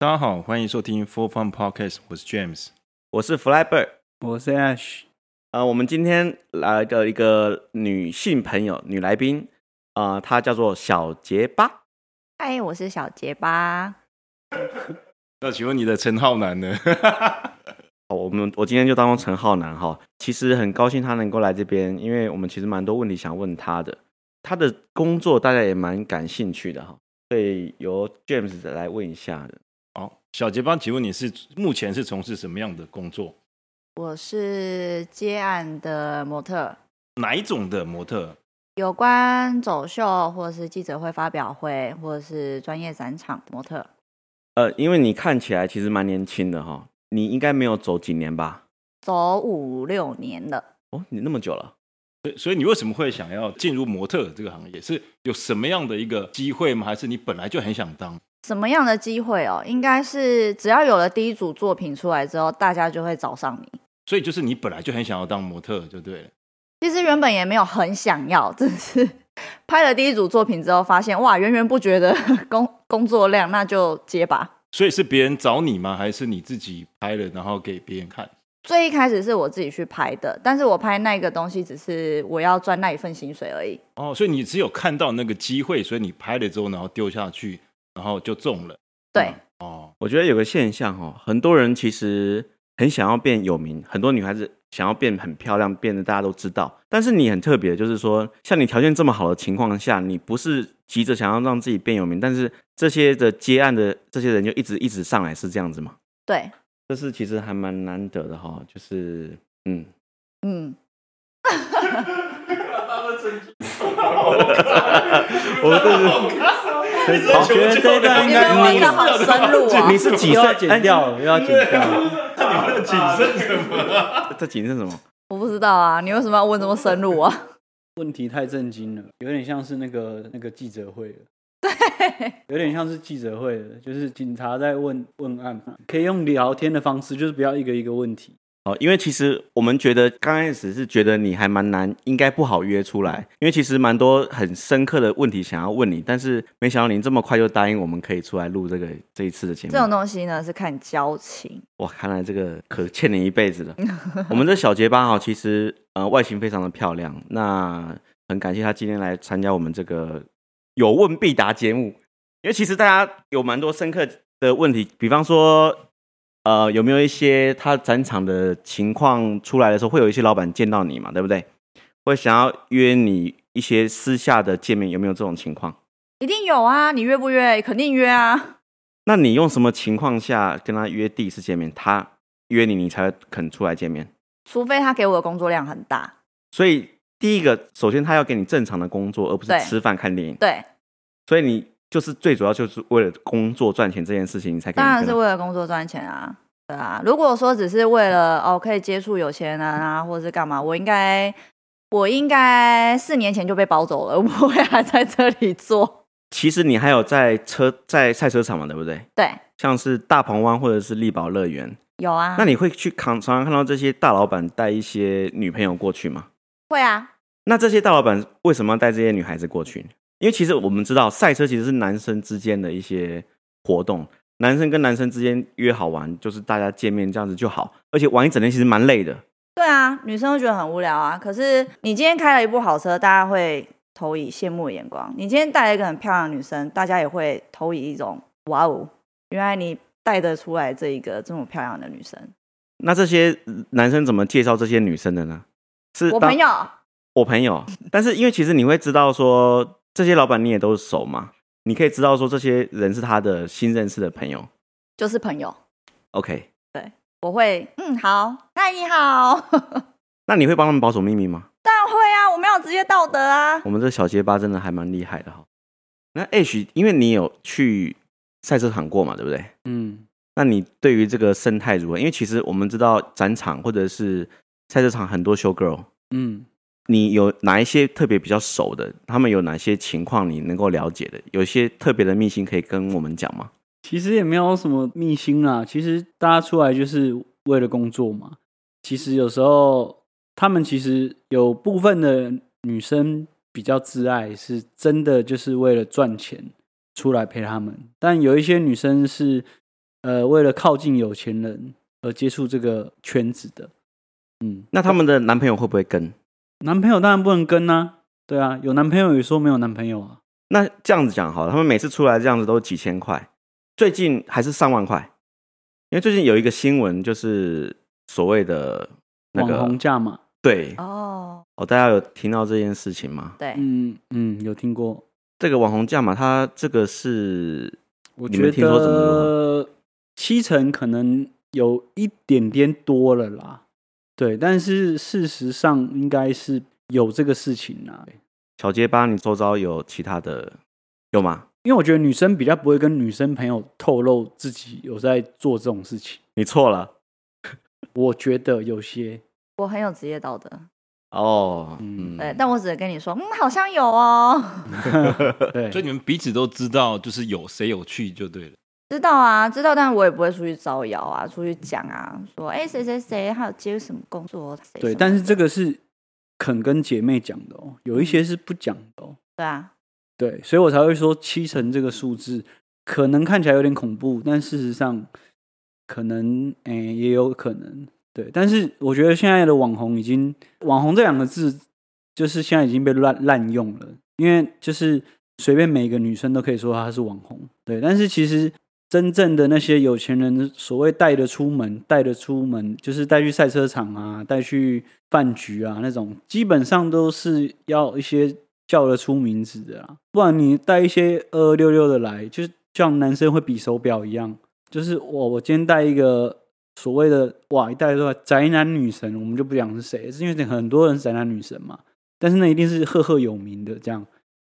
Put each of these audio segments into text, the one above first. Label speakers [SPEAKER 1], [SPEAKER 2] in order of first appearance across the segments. [SPEAKER 1] 家好，欢迎收听 Four Fun Podcast，我是 James。
[SPEAKER 2] 我是 Flybird。
[SPEAKER 3] 我是 Ash，
[SPEAKER 2] 呃，我们今天来的一个女性朋友，女来宾，呃，她叫做小结巴。
[SPEAKER 4] 嗨，我是小结巴。
[SPEAKER 1] 那请问你的陈浩南 呢？
[SPEAKER 2] 好，哦我们我今天就当做陈浩南哈。其实很高兴她能够来这边，因为我们其实蛮多问题想问她的。她的工作大家也蛮感兴趣的哈，所以由 James 来问一下的。
[SPEAKER 1] 好，小结巴，请问你是目前是从事什么样的工作？
[SPEAKER 4] 我是接案的模特，
[SPEAKER 1] 哪一种的模特？
[SPEAKER 4] 有关走秀或是记者会发表会，或者是专业展场模特。
[SPEAKER 2] 呃，因为你看起来其实蛮年轻的哈，你应该没有走几年吧？
[SPEAKER 4] 走五六年了，
[SPEAKER 2] 哦，你那么久了。
[SPEAKER 1] 所以所以你为什么会想要进入模特这个行业？是有什么样的一个机会吗？还是你本来就很想当？
[SPEAKER 4] 什么样的机会哦？应该是只要有了第一组作品出来之后，大家就会找上你。
[SPEAKER 1] 所以就是你本来就很想要当模特，就对了。
[SPEAKER 4] 其实原本也没有很想要，只是拍了第一组作品之后，发现哇，源源不绝的 工工作量，那就接吧。
[SPEAKER 1] 所以是别人找你吗？还是你自己拍了然后给别人看？
[SPEAKER 4] 最一开始是我自己去拍的，但是我拍那个东西只是我要赚那一份薪水而已。
[SPEAKER 1] 哦，所以你只有看到那个机会，所以你拍了之后，然后丢下去，然后就中了。
[SPEAKER 4] 对，
[SPEAKER 1] 哦，
[SPEAKER 2] 我觉得有个现象哦，很多人其实很想要变有名，很多女孩子想要变很漂亮，变得大家都知道。但是你很特别，就是说，像你条件这么好的情况下，你不是急着想要让自己变有名，但是这些的接案的这些人就一直一直上来，是这样子吗？
[SPEAKER 4] 对，
[SPEAKER 2] 这是其实还蛮难得的哈、就是嗯，
[SPEAKER 4] 嗯，
[SPEAKER 2] 我这是， 我觉得这一段应
[SPEAKER 4] 你
[SPEAKER 2] 该
[SPEAKER 4] 们问的好
[SPEAKER 2] 你
[SPEAKER 4] 深入啊、
[SPEAKER 2] 你是几
[SPEAKER 3] 又要
[SPEAKER 2] 岁？哎
[SPEAKER 3] 剪掉了，又要剪掉了。
[SPEAKER 2] 哎，这几岁什么？
[SPEAKER 4] 我不知道啊，你为什么要问这么深入啊？
[SPEAKER 3] 问题太震惊了，有点像是那个那个记者会了。对，有点像是记者会了，就是警察在问问案嘛，可以用聊天的方式，就是不要一个一个问题。
[SPEAKER 2] 哦，因为其实我们觉得刚开始是觉得你还蛮难，应该不好约出来，因为其实蛮多很深刻的问题想要问你，但是没想到您这么快就答应我们可以出来录这个这一次的节目
[SPEAKER 4] 这。种东西呢是看交情，
[SPEAKER 2] 哇，看来这个可欠你一辈子了。我们的小结巴哈，其实呃外形非常的漂亮，那很感谢他今天来参加我们这个有问必答节目，因为其实大家有蛮多深刻的问题，比方说呃有没有一些他展场的情况出来的时候，会有一些老板见到你嘛，对不对？会想要约你一些私下的见面，有没有这种情况？
[SPEAKER 4] 一定有啊。你约不约？肯定约啊。
[SPEAKER 2] 那你用什么情况下跟他约第一次见面？他约你，你才会肯出来见面？
[SPEAKER 4] 除非他给我的工作量很大，
[SPEAKER 2] 所以第一个，首先他要给你正常的工作，而不是
[SPEAKER 4] 对
[SPEAKER 2] 吃饭看电影。
[SPEAKER 4] 对，
[SPEAKER 2] 所以你就是最主要就是为了工作赚钱这件事情，你才可以
[SPEAKER 4] 当然
[SPEAKER 2] 跟
[SPEAKER 4] 是
[SPEAKER 2] 他。
[SPEAKER 4] 为了工作赚钱啊。对啊，如果说只是为了哦可以接触有钱人啊，或者是干嘛，我应该我应该四年前就被包走了，我 不会还在这里做。
[SPEAKER 2] 其实你还有在车在赛车场嘛，对不对？
[SPEAKER 4] 对，
[SPEAKER 2] 像是大鹏湾或者是力宝乐园，
[SPEAKER 4] 有啊，
[SPEAKER 2] 那你会去常常常看到这些大老板带一些女朋友过去吗？
[SPEAKER 4] 会啊？
[SPEAKER 2] 那这些大老板为什么要带这些女孩子过去？因为其实我们知道，赛车其实是男生之间的一些活动，男生跟男生之间约好玩，就是大家见面这样子就好，而且玩一整天其实蛮累的。
[SPEAKER 4] 对啊，女生会觉得很无聊啊。可是你今天开了一部好车，大家会投以羡慕的眼光；你今天带了一个很漂亮的女生，大家也会投以一种哇哦，原来你带得出来这一个这么漂亮的女生。
[SPEAKER 2] 那这些男生怎么介绍这些女生的呢？是
[SPEAKER 4] 我
[SPEAKER 2] 当
[SPEAKER 4] 朋友，
[SPEAKER 2] 我朋友，但是因为其实你会知道说这些老板你也都熟嘛，你可以知道说这些人是他的新认识的朋友。
[SPEAKER 4] 就是朋友，
[SPEAKER 2] OK，
[SPEAKER 4] 我会嗯好，嗨你好， 当
[SPEAKER 2] 那你会帮他们保守秘密吗？
[SPEAKER 4] 然会啊，我没有职业道德啊。
[SPEAKER 2] 我们这小结巴真的还蛮厉害的哈。那 H，因为你有去赛车场过嘛，对不对？
[SPEAKER 3] 嗯，
[SPEAKER 2] 那你对于这个生态如何？因为其实我们知道展场或者是赛车场很多 show girl，
[SPEAKER 3] 嗯，
[SPEAKER 2] 你有哪一些特别比较熟的？他们有哪些情况你能够了解的？有一些特别的秘辛可以跟我们讲吗？
[SPEAKER 3] 其实也没有什么秘辛啦，其实大家出来就是为了工作嘛。其实有时候他们其实有部分的女生比较自爱，是真的就是为了赚钱出来陪他们，但有一些女生是呃为了靠近有钱人而接触这个圈子的。嗯，
[SPEAKER 2] 那他们的男朋友会不会跟？
[SPEAKER 3] 男朋友当然不能跟啊，对啊，有男朋友也说没有男朋友啊，
[SPEAKER 2] 那这样子讲好了，他们每次出来这样子都是几千块，最近还是上万块，因为最近有一个新闻就是所谓的那
[SPEAKER 3] 网
[SPEAKER 2] 个
[SPEAKER 3] 红价嘛，
[SPEAKER 2] 对
[SPEAKER 4] 哦，
[SPEAKER 2] 哦，大家有听到这件事情吗？
[SPEAKER 4] 对，
[SPEAKER 3] 嗯嗯，有听过，
[SPEAKER 2] 这个网红价嘛，它这个是
[SPEAKER 3] 我
[SPEAKER 2] 你
[SPEAKER 3] 觉
[SPEAKER 2] 们听说怎么如
[SPEAKER 3] 得七成可能有一点点多了啦，对，但是事实上应该是有这个事情啦，
[SPEAKER 2] 小结巴，你周遭有其他的有吗？
[SPEAKER 3] 因为我觉得女生比较不会跟女生朋友透露自己有在做这种事情，
[SPEAKER 2] 你错了
[SPEAKER 3] 我觉得 有些
[SPEAKER 4] 我很有职业道德，
[SPEAKER 2] 哦，嗯，
[SPEAKER 3] 嗯
[SPEAKER 4] 对，但我只是跟你说，嗯，好像有哦，
[SPEAKER 3] 对
[SPEAKER 1] 所以，你们彼此都知道，就是有谁有去就对了。
[SPEAKER 4] 知道啊，知道，但我也不会出去招摇啊，出去讲啊，说哎谁谁谁，还有接什么工作，谁什
[SPEAKER 3] 对，
[SPEAKER 4] 么
[SPEAKER 3] 但是
[SPEAKER 4] 的
[SPEAKER 3] 这个是肯跟姐妹讲的哦，有一些是不讲的哦。
[SPEAKER 4] 对啊，
[SPEAKER 3] 对，所以我才会说七成这个数字可能看起来有点恐怖，但事实上可能诶、也有可能对。但是我觉得现在的网红已经“网红”这两个字，就是现在已经被滥滥用了，因为就是随便每个女生都可以说她是网红，对。但是其实真正的那些有钱人，所谓带着出门，带着出门就是带去赛车场啊，带去饭局啊那种，基本上都是要一些叫得出名字的啊啦，不然你带一些二二六六的来，就是像男生会比手表一样，就是哦我我今天带一个所谓的哇一带出来宅男女神，我们就不讲是谁，是因为很多人是宅男女神嘛，但是那一定是赫赫有名的这样。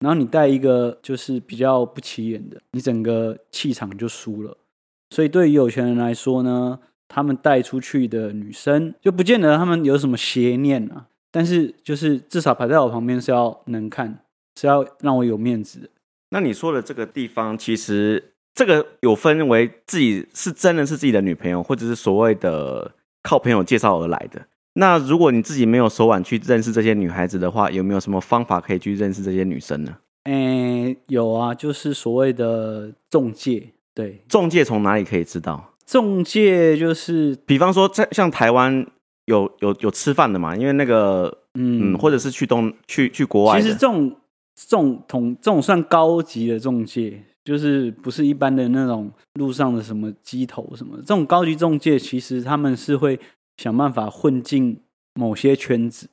[SPEAKER 3] 然后你带一个就是比较不起眼的，你整个气场就输了。所以对于有钱人来说呢，他们带出去的女生就不见得他们有什么邪念啊，但是就是至少排在我旁边是要能看，是要让我有面子的。
[SPEAKER 2] 那你说的这个地方，其实这个有分为自己是真的是自己的女朋友，或者是所谓的靠朋友介绍而来的。那如果你自己没有手腕去认识这些女孩子的话，有没有什么方法可以去认识这些女生呢？
[SPEAKER 3] 诶，有啊，就是所谓的中介，对，
[SPEAKER 2] 中介从哪里可以知道？
[SPEAKER 3] 中介就是
[SPEAKER 2] 比方说在，像台湾有有有吃饭的嘛，因为那个
[SPEAKER 3] 嗯
[SPEAKER 2] 嗯，或者是去东去去国外
[SPEAKER 3] 其
[SPEAKER 2] 的
[SPEAKER 3] 实这种这种统这种算高级的中介，就是不是一般的那种路上的什么鸡头什么的，这种高级中介其实他们是会想办法混进某些圈子，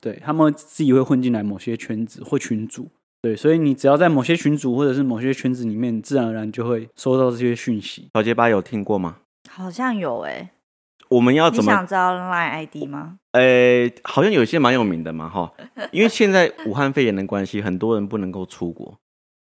[SPEAKER 3] 对他们自己会混进来某些圈子或群组。对，所以你只要在某些群组或者是某些圈子里面，自然而然就会收到这些讯息。
[SPEAKER 2] 小结巴有听过吗？
[SPEAKER 4] 好像有哎，
[SPEAKER 2] 我们要
[SPEAKER 4] 你
[SPEAKER 2] 怎么
[SPEAKER 4] 想知道 Line ID 吗？
[SPEAKER 2] 呃，好像有些蛮有名的嘛，哈，因为现在武汉肺炎的关系，很多人不能够出国，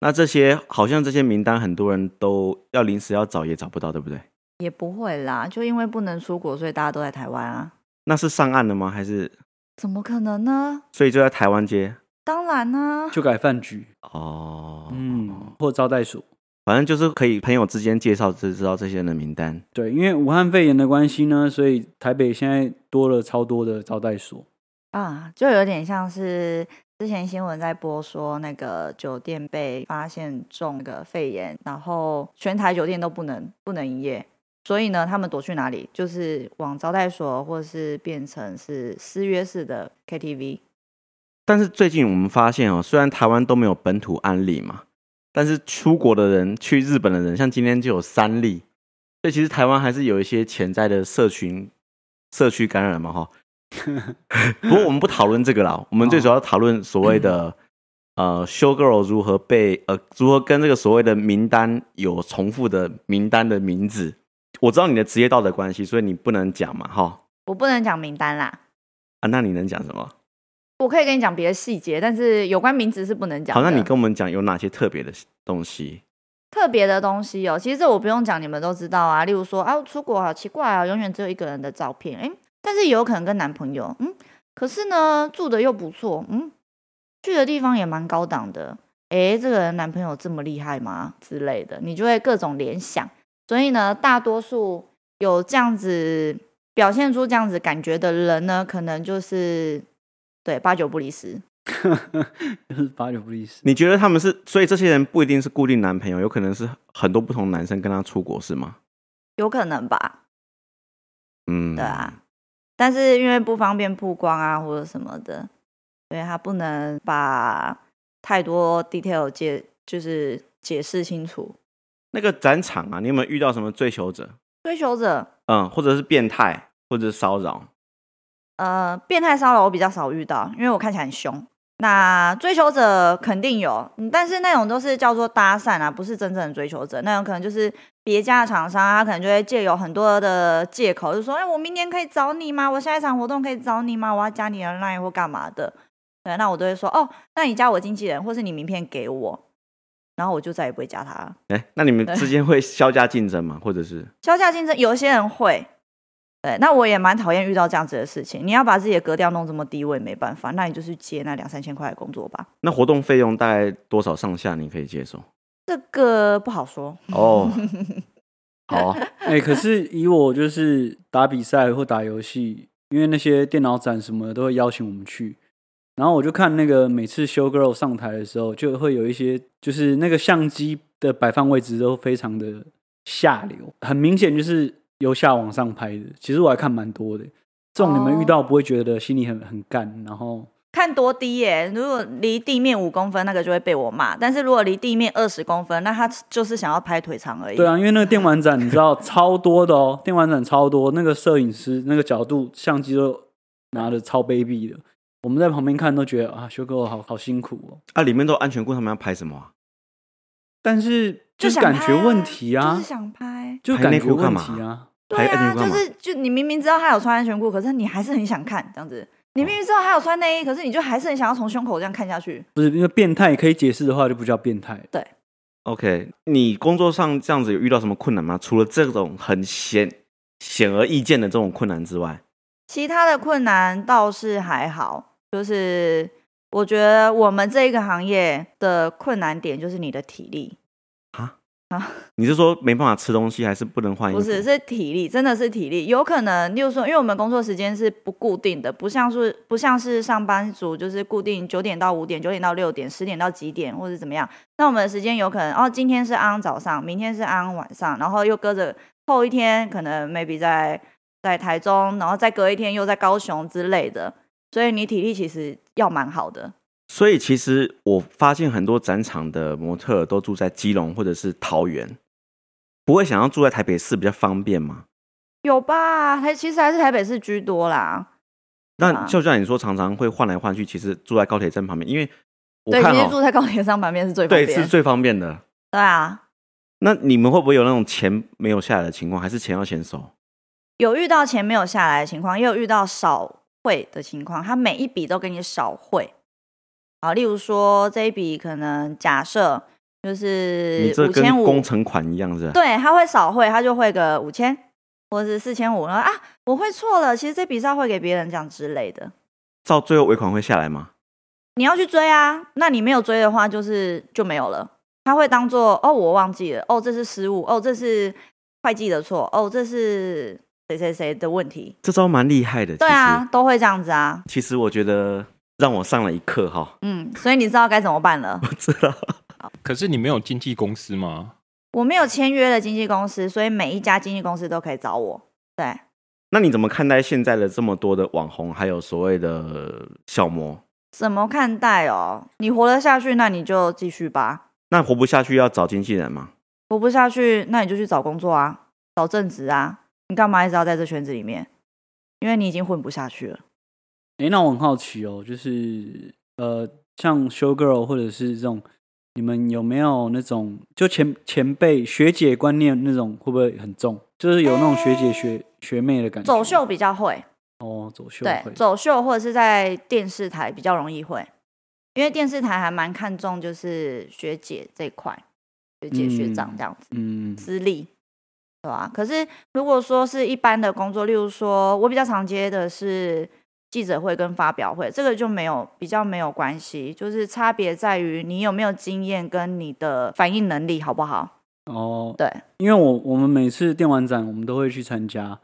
[SPEAKER 2] 那这些好像这些名单，很多人都要临时要找也找不到，对不对？
[SPEAKER 4] 也不会啦，就因为不能出国，所以大家都在台湾啊，
[SPEAKER 2] 那是上岸了吗？还是
[SPEAKER 4] 怎么可能呢？
[SPEAKER 2] 所以就在台湾街？
[SPEAKER 4] 当然啊呢、
[SPEAKER 3] 就改饭局，
[SPEAKER 2] 哦，
[SPEAKER 3] 嗯，或招待所。
[SPEAKER 2] 反正就是可以朋友之间介绍知知道这些人的名单。
[SPEAKER 3] 对，因为武汉肺炎的关系呢，所以台北现在多了超多的招待所。
[SPEAKER 4] 啊，就有点像是之前新闻在播说那个酒店被发现中那个肺炎，然后全台酒店都不能不能营业，所以呢，他们躲去哪里？就是往招待所，或是变成是私约式的 KTV。
[SPEAKER 2] 但是最近我们发现哦，虽然台湾都没有本土案例嘛，但是出国的人、去日本的人，像今天就有三例，所以其实台湾还是有一些潜在的社群社区感染嘛， 哈。不过我们不讨论这个啦，我们最主要讨论所谓的、
[SPEAKER 4] 哦
[SPEAKER 2] 呃，show girl 如何被呃如何跟这个所谓的名单有重复的名单的名字。我知道你的职业道德关系，所以你不能讲嘛，哈
[SPEAKER 4] 我不能讲名单啦，
[SPEAKER 2] 啊，那你能讲什么？
[SPEAKER 4] 我可以跟你讲别的细节，但是有关名字是不能讲
[SPEAKER 2] 好，
[SPEAKER 4] 的。
[SPEAKER 2] 那你跟我们讲有哪些特别的东西？
[SPEAKER 4] 特别的东西哦，其实这我不用讲，你们都知道啊。例如说啊，出国好奇怪啊，永远只有一个人的照片，诶，但是也有可能跟男朋友，嗯，可是呢，住的又不错，嗯，去的地方也蛮高档的，诶，这个人男朋友这么厉害吗？之类的，你就会各种联想。所以呢，大多数有这样子表现出这样子感觉的人呢，可能就是对八九不离十。
[SPEAKER 3] 就是八九不离十。
[SPEAKER 2] 你觉得他们是？所以这些人不一定是固定男朋友，有可能是很多不同男生跟他出国，是吗？
[SPEAKER 4] 有可能吧，
[SPEAKER 2] 嗯，
[SPEAKER 4] 对啊。但是因为不方便曝光啊或者什么的，所以他不能把太多 detail 解就是解释清楚。
[SPEAKER 2] 那个展场啊，你有没有遇到什么追求者？
[SPEAKER 4] 追求者，
[SPEAKER 2] 嗯，或者是变态，或者是骚扰？
[SPEAKER 4] 呃，变态骚扰我比较少遇到，因为我看起来很凶。那追求者肯定有，嗯但是那种都是叫做搭讪啊，不是真正的追求者。那种可能就是别家的厂商啊，他可能就会借有很多的借口，就说：“哎、我明年可以找你吗？我下一场活动可以找你吗？我要加你的 line 或干嘛的？”对，那我都会说：“哦，那你加我经纪人，或是你名片给我。”然后我就再也不会加他了。
[SPEAKER 2] 哎、那你们
[SPEAKER 4] 对
[SPEAKER 2] 之间会削价竞争吗？或者是
[SPEAKER 4] 销价竞争，有些人会。对，那我也蛮讨厌遇到这样子的事情。你要把自己的格调弄这么低，我也没办法。那你就去接那两三千块的工作吧。
[SPEAKER 2] 那活动费用大概多少上下？你可以接 受？
[SPEAKER 4] 这个不好说。
[SPEAKER 2] 哦，好，啊
[SPEAKER 3] 哎、可是以我就是打比赛或打游戏，因为那些电脑展什么的都会邀请我们去，然后我就看那个每次 show girl 上台的时候，就会有一些就是那个相机的摆放位置都非常的下流，很明显就是由下往上拍的。其实我还看蛮多的，这种你们遇到不会觉得心里很很干，然后
[SPEAKER 4] 看多低耶、如果离地面五公分，那个就会被我骂；但是如果离地面二十公分，那他就是想要拍腿长而已。
[SPEAKER 3] 对啊，因为那个电玩展你知道超多的哦，电玩展超多，那个摄影师那个角度相机都拿的超卑鄙的，我们在旁边看都觉得啊，修哥好好辛苦哦。
[SPEAKER 2] 啊，里面都有安全裤，他们要拍什么、啊？
[SPEAKER 3] 但是
[SPEAKER 4] 就是想拍啊，
[SPEAKER 3] 感觉问题啊
[SPEAKER 4] 就是，想拍。
[SPEAKER 3] 就
[SPEAKER 2] 拍
[SPEAKER 3] 感
[SPEAKER 2] 内
[SPEAKER 3] 觉
[SPEAKER 2] 裤干
[SPEAKER 3] 问
[SPEAKER 2] 嘛
[SPEAKER 3] 题啊。
[SPEAKER 4] 对
[SPEAKER 2] 拍安全
[SPEAKER 4] 啊，
[SPEAKER 2] 裤干
[SPEAKER 4] 就
[SPEAKER 2] 嘛
[SPEAKER 4] 是就你明明知道他有穿安全裤，可是你还是很想看这样子。你明明知道他有穿内衣，可是你就还是很想要从胸口这样看下去。
[SPEAKER 3] 不是因为变态可以解释的话，就不叫变态。
[SPEAKER 2] OK，你工作上这样子有遇到什么困难吗？除了这种很显显而易见的这种困难之外，
[SPEAKER 4] 其他的困难倒是还好，就是我觉得我们这一个行业的困难点就是你的体力。
[SPEAKER 2] 你是说没办法吃东西，还是不能换衣服？
[SPEAKER 4] 不是，是体力，真的是体力。有可能，例如说，因为我们工作时间是不固定的，不像是不像是上班族，就是固定九点到五点、九点到六点、十点到几点，或者怎么样。那我们的时间有可能，哦，今天是安早上，明天是安晚上，然后又隔着后一天可能 maybe 在在台中，然后再隔一天又在高雄之类的。所以你体力其实要蛮好的，
[SPEAKER 2] 所以其实我发现很多展场的模特儿都住在基隆或者是桃园，不会想要住在台北市比较方便吗？
[SPEAKER 4] 有吧？还其实还是台北市居多啦。
[SPEAKER 2] 那
[SPEAKER 4] 啊
[SPEAKER 2] 就像你说，常常会换来换去，其实住在高铁站旁边，因为我
[SPEAKER 4] 对，
[SPEAKER 2] 看
[SPEAKER 4] 其实
[SPEAKER 2] 哦，
[SPEAKER 4] 住在高铁上旁边是最方
[SPEAKER 2] 对，
[SPEAKER 4] 便。
[SPEAKER 2] 是最方便的。
[SPEAKER 4] 对啊，
[SPEAKER 2] 那你们会不会有那种钱没有下来的情况，还是钱要先收？
[SPEAKER 4] 有遇到钱没有下来的情况，也有遇到少汇的情况，他每一笔都给你少汇啊。例如说这一笔可能假设就是
[SPEAKER 2] 你这
[SPEAKER 4] 五
[SPEAKER 2] 跟
[SPEAKER 4] 千五
[SPEAKER 2] 工，程款一样是吧？
[SPEAKER 4] 对，他会少汇，他就汇个五千或者是四千五，然后啊我汇错了，其实这笔是要汇给别人这样之类的。
[SPEAKER 2] 照最后尾款会下来吗？
[SPEAKER 4] 你要去追啊，那你没有追的话，就是就没有了。他会当做哦，我忘记了，哦，这是失误，哦，这是会计的错，哦，这是谁谁谁的问题。
[SPEAKER 2] 这招蛮厉害的。
[SPEAKER 4] 对
[SPEAKER 2] 其
[SPEAKER 4] 啊
[SPEAKER 2] 实，，
[SPEAKER 4] 都会这样子啊。
[SPEAKER 2] 其实我觉得让我上了一课哈，
[SPEAKER 4] 嗯，所以你知道该怎么办了。
[SPEAKER 2] 不知道。
[SPEAKER 5] 可是你没有经纪公司吗？
[SPEAKER 4] 我没有签约的经纪公司，所以每一家经纪公司都可以找我。对，
[SPEAKER 2] 那你怎么看待现在的这么多的网红，还有所谓的小模？
[SPEAKER 4] 怎么看待哦？你活得下去，那你就继续吧；
[SPEAKER 2] 那活不下去要找经纪人吗？
[SPEAKER 4] 活不下去，那你就去找工作啊，找正职啊。你干嘛一直要在这圈子里面？因为你已经混不下去了。
[SPEAKER 3] 哎、那我很好奇哦，就是呃，像 show girl 或者是这种，你们有没有那种就前前辈学姐观念那种，会不会很重？就是有那种学姐学、学妹的感觉。
[SPEAKER 4] 哎走秀比较会，
[SPEAKER 3] 哦，走秀
[SPEAKER 4] 对
[SPEAKER 3] 嗯会，
[SPEAKER 4] 走秀或者是在电视台比较容易会，因为电视台还蛮看重就是学姐这一块，学姐学长
[SPEAKER 3] 嗯
[SPEAKER 4] 这样子。
[SPEAKER 3] 嗯，
[SPEAKER 4] 资历，对吧、可是如果说是一般的工作，例如说我比较常接的是记者会跟发表会，这个就没有比较没有关系，就是差别在于你有没有经验跟你的反应能力好不好？
[SPEAKER 3] 哦，
[SPEAKER 4] 对，
[SPEAKER 3] 因为我我们每次电玩展我们都会去参加，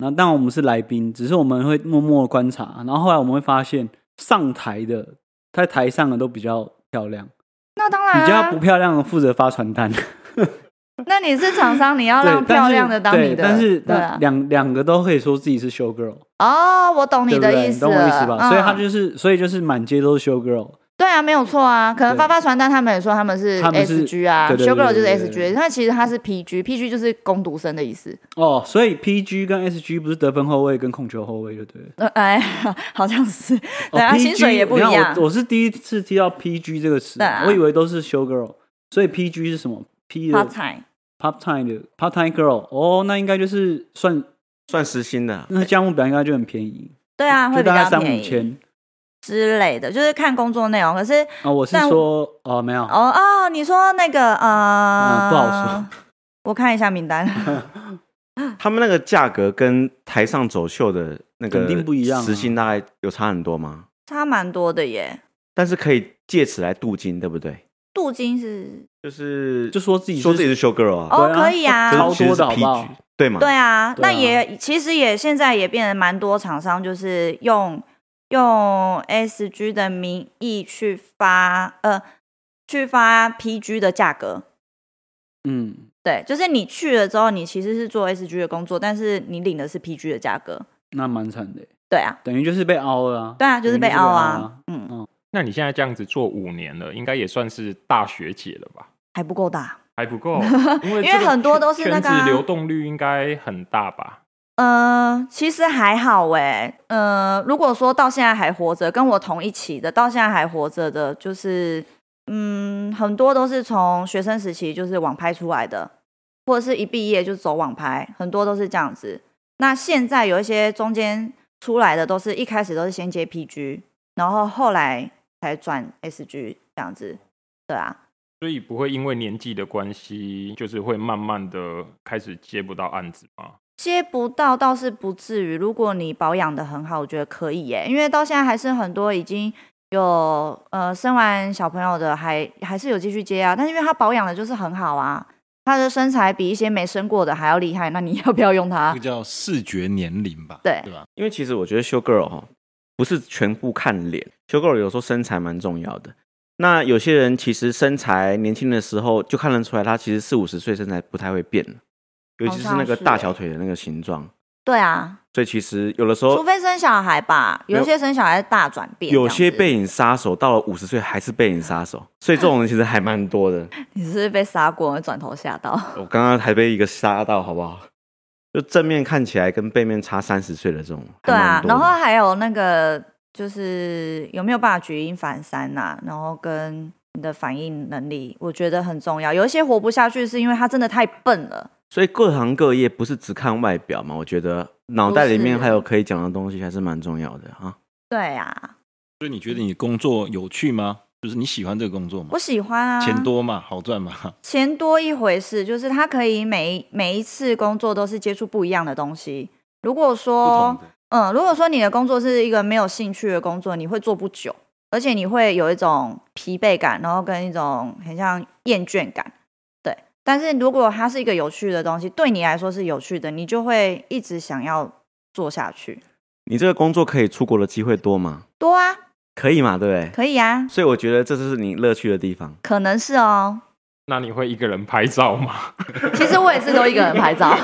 [SPEAKER 3] 那当然我们是来宾，只是我们会默默地观察，然后后来我们会发现上台的在台上的都比较漂亮，
[SPEAKER 4] 那当然、
[SPEAKER 3] 比较
[SPEAKER 4] 啊，
[SPEAKER 3] 不漂亮的负责发传单。
[SPEAKER 4] 那你是厂商，你要让
[SPEAKER 3] 对但
[SPEAKER 4] 漂
[SPEAKER 3] 是
[SPEAKER 4] 亮的当
[SPEAKER 3] 对
[SPEAKER 4] 你的，
[SPEAKER 3] 但是
[SPEAKER 4] 对
[SPEAKER 3] 那
[SPEAKER 4] 啊。
[SPEAKER 3] 两两个都可以说自己是 show girl，
[SPEAKER 4] 哦，我懂你
[SPEAKER 3] 对不
[SPEAKER 4] 的
[SPEAKER 3] 对
[SPEAKER 4] 意
[SPEAKER 3] 你
[SPEAKER 4] 思
[SPEAKER 3] 懂我
[SPEAKER 4] 了，
[SPEAKER 3] 意思吧？所以他
[SPEAKER 4] 嗯
[SPEAKER 3] 就是，所以就是满街都是 show girl，
[SPEAKER 4] 对啊，没有错啊。可能
[SPEAKER 3] 对
[SPEAKER 4] 发发传单，他们也说他们是
[SPEAKER 3] 他们是
[SPEAKER 4] SG 啊
[SPEAKER 3] 对对对
[SPEAKER 4] ，Show Girl 就是
[SPEAKER 3] 对对对
[SPEAKER 4] SG，那其实他是 PG，PG 就是攻读生的意思。
[SPEAKER 3] 哦，所以 PG 跟 SG 不是得分后卫跟控球后卫，对不对了？
[SPEAKER 4] 呃，哎，好像是，
[SPEAKER 3] 哦
[SPEAKER 4] 对啊，
[SPEAKER 3] ，PG
[SPEAKER 4] 薪水也不一
[SPEAKER 3] 你
[SPEAKER 4] 样
[SPEAKER 3] 看我。我是第一次听到 PG 这个词
[SPEAKER 4] 对，啊
[SPEAKER 3] 我以为都是 show girl，所以 PG 是什么？P 的
[SPEAKER 4] part time，
[SPEAKER 3] part time 的 part time girl，哦，那应该就是算
[SPEAKER 2] 算时薪的啊，
[SPEAKER 3] 那价目表应该就很便宜，
[SPEAKER 4] 对啊，会
[SPEAKER 3] 就
[SPEAKER 4] 比
[SPEAKER 3] 大概
[SPEAKER 4] 较
[SPEAKER 3] 三
[SPEAKER 4] 便
[SPEAKER 3] 五
[SPEAKER 4] 宜
[SPEAKER 3] 千。
[SPEAKER 4] 之类的，就是看工作内容。可是
[SPEAKER 3] 啊、我是
[SPEAKER 4] 但
[SPEAKER 3] 说，哦，没有，
[SPEAKER 4] 哦哦，你说那个呃
[SPEAKER 3] 嗯，不好说。
[SPEAKER 4] 我看一下名单，
[SPEAKER 2] 他们那个价格跟台上走秀的那个
[SPEAKER 3] 肯定不一样啊
[SPEAKER 2] 时薪大概有差很多吗？
[SPEAKER 4] 差蛮多的耶。
[SPEAKER 2] 但是可以借此来镀金，对不对？
[SPEAKER 4] 镀金是
[SPEAKER 2] 就是
[SPEAKER 3] 就说自己是
[SPEAKER 2] 说自己是 show girl 啊，
[SPEAKER 4] 哦
[SPEAKER 3] 对
[SPEAKER 4] 可以啊
[SPEAKER 2] 可是
[SPEAKER 3] 超
[SPEAKER 2] 其实
[SPEAKER 3] 多
[SPEAKER 2] 是
[SPEAKER 3] 的好不好
[SPEAKER 2] PG？对吗？
[SPEAKER 4] 对啊，
[SPEAKER 3] 对啊
[SPEAKER 4] 那也其实也现在也变得蛮多厂商就是用用 SG 的名义去发呃去发 PG 的价格。
[SPEAKER 3] 嗯，
[SPEAKER 4] 对，就是你去了之后，你其实是做 SG 的工作，但是你领的是 PG 的价格。
[SPEAKER 3] 那蛮惨的，
[SPEAKER 4] 对啊，
[SPEAKER 3] 等于就是被凹了啊。
[SPEAKER 4] 对啊，就是被凹
[SPEAKER 3] 等于就是被凹
[SPEAKER 4] 啊
[SPEAKER 3] 啊，
[SPEAKER 4] 嗯，
[SPEAKER 5] 那你现在这样子做五年了，应该也算是大学姐了吧？
[SPEAKER 4] 还不够大。
[SPEAKER 5] 还不 够，因为
[SPEAKER 4] 因为
[SPEAKER 5] 这个
[SPEAKER 4] 很多都是
[SPEAKER 5] 圈
[SPEAKER 4] 那个啊
[SPEAKER 5] 圈子流动率应该很大吧？
[SPEAKER 4] 呃，其实还好哎、呃，如果说到现在还活着，跟我同一起的，到现在还活着的，就是嗯，很多都是从学生时期就是网拍出来的，或者是一毕业就走网拍，很多都是这样子。那现在有一些中间出来的，都是一开始都是先接 PG，然后后来才转 SG 这样子，对啊。
[SPEAKER 5] 所以不会因为年纪的关系，就是会慢慢的开始接不到案子吗？
[SPEAKER 4] 接不到倒是不至于，如果你保养的很好，我觉得可以耶，因为到现在还是很多已经有呃生完小朋友的还还是有继续接啊，但是因为他保养的就是很好啊，他的身材比一些没生过的还要厉害，那你 要不要用
[SPEAKER 1] 这
[SPEAKER 4] 他
[SPEAKER 1] 个？叫视觉年龄吧，
[SPEAKER 4] 对
[SPEAKER 1] 对吧？
[SPEAKER 2] 因为其实我觉得修 girl 哈，不是全部看脸，修 girl 有时候身材蛮重要的。那有些人其实身材年轻的时候就看得出来，他其实四五十岁身材不太会变了，尤其是那个
[SPEAKER 4] 欸
[SPEAKER 2] 大小腿的那个形状。
[SPEAKER 4] 对啊，
[SPEAKER 2] 所以其实有的时
[SPEAKER 4] 除
[SPEAKER 2] 候，
[SPEAKER 4] 非生小孩吧，
[SPEAKER 2] 没
[SPEAKER 4] 有
[SPEAKER 2] 有
[SPEAKER 4] 一些生小孩是大转变这样
[SPEAKER 2] 有
[SPEAKER 4] 子，
[SPEAKER 2] 些背影杀手到了五十岁还是背影杀手，所以这种人其实还蛮多的。
[SPEAKER 4] 你是不是被杀过，转头吓到。
[SPEAKER 2] 我刚刚还被一个杀到，好不好？就正面看起来跟背面差三十岁的这种，
[SPEAKER 4] 对
[SPEAKER 2] 还
[SPEAKER 4] 啊
[SPEAKER 2] 蛮，多的
[SPEAKER 4] 然后还有那个就是有没有办法举一反三呐、然后跟你的反应能力，我觉得很重要。有一些活不下去是因为他真的太笨了，
[SPEAKER 2] 所以各行各业不是只看外表嘛？我觉得脑袋里面
[SPEAKER 4] 不是
[SPEAKER 2] 还有可以讲的东西，还是蛮重要的啊。
[SPEAKER 4] 对啊，
[SPEAKER 1] 所以你觉得你工作有趣吗？就是你喜欢这个工作吗
[SPEAKER 4] 我？喜欢啊，
[SPEAKER 1] 钱多嘛，好赚嘛？
[SPEAKER 4] 钱多一回事，就是他可以每一每一次工作都是接触不一样的东西。如果
[SPEAKER 1] 不
[SPEAKER 4] 说
[SPEAKER 1] 同的，
[SPEAKER 4] 嗯，如果说你的工作是一个没有兴趣的工作，你会做不久，而且你会有一种疲惫感，然后跟一种很像厌倦感。对，但是如果它是一个有趣的东西，对你来说是有趣的，你就会一直想要做下去。
[SPEAKER 2] 你这个工作可以出国的机会多吗？
[SPEAKER 4] 多啊，
[SPEAKER 2] 可以嘛，对不对？
[SPEAKER 4] 可以啊，
[SPEAKER 2] 所以我觉得这就是你乐趣的地方。
[SPEAKER 4] 可能是哦。
[SPEAKER 5] 那你会一个人拍照吗？
[SPEAKER 4] 其实我也是都一个人拍照，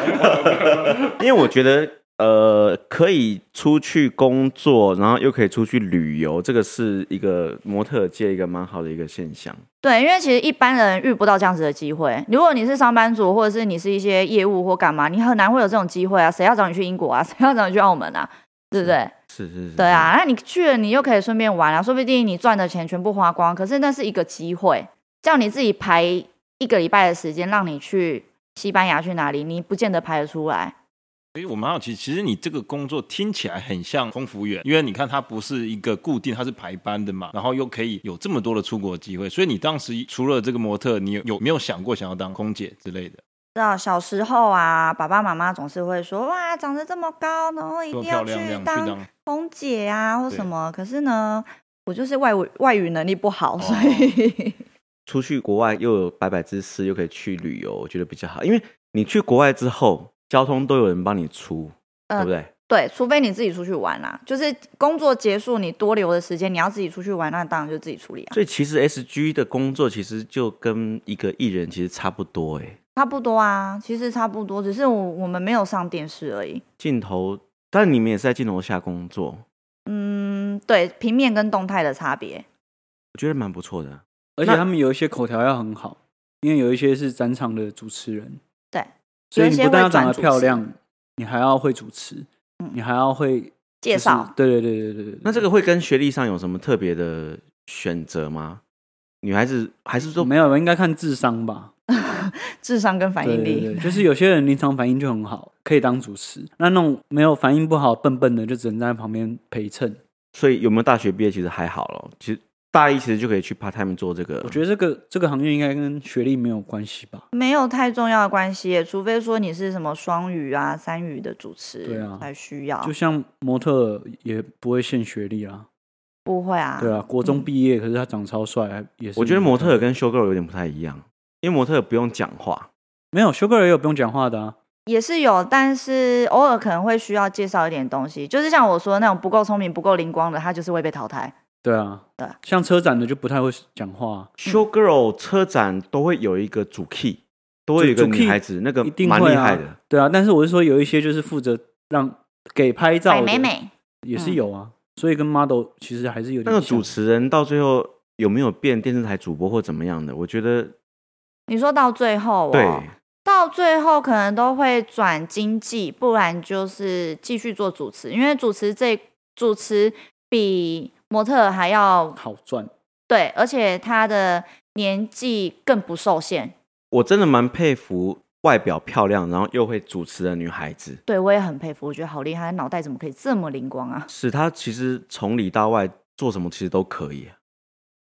[SPEAKER 2] 因为我觉得，呃，可以出去工作，然后又可以出去旅游，这个是一个模特界一个蛮好的一个现象。
[SPEAKER 4] 对，因为其实一般人遇不到这样子的机会。如果你是上班族，或者是你是一些业务或干嘛，你很难会有这种机会啊。谁要找你去英国啊？ 谁要找你去澳门啊？对不对？
[SPEAKER 2] 是是是，
[SPEAKER 4] 对啊，那你去了，你又可以顺便玩啊，说不定你赚的钱全部花光，可是那是一个机会，叫你自己排一个礼拜的时间，让你去西班牙去哪里，你不见得排得出来。
[SPEAKER 1] 所以我蛮好奇，其实你这个工作听起来很像空服员，因为你看它不是一个固定，它是排班的嘛，然后又可以有这么多的出国机会，所以你当时除了这个模特，你有有没有想过想要当空姐之类的？
[SPEAKER 4] 知道小时候啊，爸爸妈妈总是会说，哇，长得这么高，然后一
[SPEAKER 1] 多
[SPEAKER 4] 定要
[SPEAKER 1] 漂
[SPEAKER 4] 去
[SPEAKER 1] 亮，这样去
[SPEAKER 4] 当
[SPEAKER 1] 当
[SPEAKER 4] 空姐啊或
[SPEAKER 1] 对
[SPEAKER 4] 什么。可是呢，我就是外语外语能力不好，所
[SPEAKER 1] 哦
[SPEAKER 4] 以
[SPEAKER 2] 出去国外又有百百之事，又可以去旅游，我觉得比较好。因为你去国外之后，交通都有人帮你出，
[SPEAKER 4] 呃
[SPEAKER 2] 对不对？
[SPEAKER 4] 对，除非你自己出去玩啦、就是工作结束你多留的时间，你要自己出去玩，那当然就自己处理啊。
[SPEAKER 2] 所以其实 S G 的工作其实就跟一个艺人其实差不多哎、
[SPEAKER 4] 差不多啊，其实差不多，只是我我们没有上电视而已。
[SPEAKER 2] 镜头，但你们也是在镜头下工作，
[SPEAKER 4] 嗯，对，平面跟动态的差别。
[SPEAKER 2] 我觉得蛮不错的。
[SPEAKER 3] 而且他们有一些口条要很好，因为有一些是展场的主持人，
[SPEAKER 4] 对，
[SPEAKER 3] 所
[SPEAKER 4] 有
[SPEAKER 3] 以
[SPEAKER 4] 一
[SPEAKER 3] 你
[SPEAKER 4] 些
[SPEAKER 3] 不但要
[SPEAKER 4] 会
[SPEAKER 3] 长得
[SPEAKER 4] 转主
[SPEAKER 3] 漂
[SPEAKER 4] 持
[SPEAKER 3] 亮，你还要会主持，
[SPEAKER 4] 嗯
[SPEAKER 3] 你还要会
[SPEAKER 4] 介
[SPEAKER 3] 就是
[SPEAKER 4] 绍
[SPEAKER 3] 对对对对对对。
[SPEAKER 2] 那这个会跟学历上有什么特别的选择吗？女孩子还是说
[SPEAKER 3] 没有，应该看智商吧。
[SPEAKER 4] 智商跟反
[SPEAKER 3] 对
[SPEAKER 4] 应
[SPEAKER 3] 对
[SPEAKER 4] 力。
[SPEAKER 3] 对，就是有些人临场反应就很好，可以当主持。那那种没有反应不好、笨笨的，就只能在旁边陪衬。
[SPEAKER 2] 所以有没有大学毕业其实还好咯，其实大一其实就可以去 part time 做这个。
[SPEAKER 3] 我觉得这个这个行业应该跟学历没有关系吧？
[SPEAKER 4] 没有太重要的关系耶，除非说你是什么双语啊、三语的主持，
[SPEAKER 3] 对啊
[SPEAKER 4] 才需要。
[SPEAKER 3] 就像模特儿也不会限学历啦，
[SPEAKER 4] 不会啊，
[SPEAKER 3] 对啊，国中
[SPEAKER 4] 嗯
[SPEAKER 3] 毕业，可是他长超帅，还也是。
[SPEAKER 2] 我觉得模特儿跟修 girl 有点不太一样，因为模特儿不用讲
[SPEAKER 3] 嗯
[SPEAKER 2] 话，
[SPEAKER 3] 没有修个人也有不用讲话的啊，
[SPEAKER 4] 也是有，但是偶尔可能会需要介绍一点东西，就是像我说的那种不够聪明、不够灵光的，他就是会被淘汰。
[SPEAKER 3] 对啊，
[SPEAKER 4] 对啊
[SPEAKER 3] 像车展的就不太会讲话，啊
[SPEAKER 2] 修 girl 车展都会有一个主 key，都会有一个
[SPEAKER 3] 主主 key
[SPEAKER 2] 女孩子，那个
[SPEAKER 3] 一定
[SPEAKER 2] 蛮
[SPEAKER 3] 会
[SPEAKER 2] 厉
[SPEAKER 3] 啊
[SPEAKER 2] 害的。
[SPEAKER 3] 对啊。但是我是说，有一些就是负责让给拍照
[SPEAKER 4] 买
[SPEAKER 3] 的
[SPEAKER 4] 美嗯美，
[SPEAKER 3] 也是有啊，所以跟 model 其实还是有点
[SPEAKER 2] 那个
[SPEAKER 3] 像
[SPEAKER 2] 主持人到最后有没有变电视台主播或怎么样的？我觉得
[SPEAKER 4] 你说到最后、哦，
[SPEAKER 2] 对，
[SPEAKER 4] 到最后可能都会转经济，不然就是继续做主持，因为主持这主持比模特儿还要
[SPEAKER 3] 好赚，
[SPEAKER 4] 对，而且他的年纪更不受限。
[SPEAKER 2] 我真的蛮佩服外表漂亮，然后又会主持的女孩子。
[SPEAKER 4] 对我也很佩服，我觉得好厉害，脑袋怎么可以这么灵光啊？
[SPEAKER 2] 是她其实从里到外做什么其实都可以啊。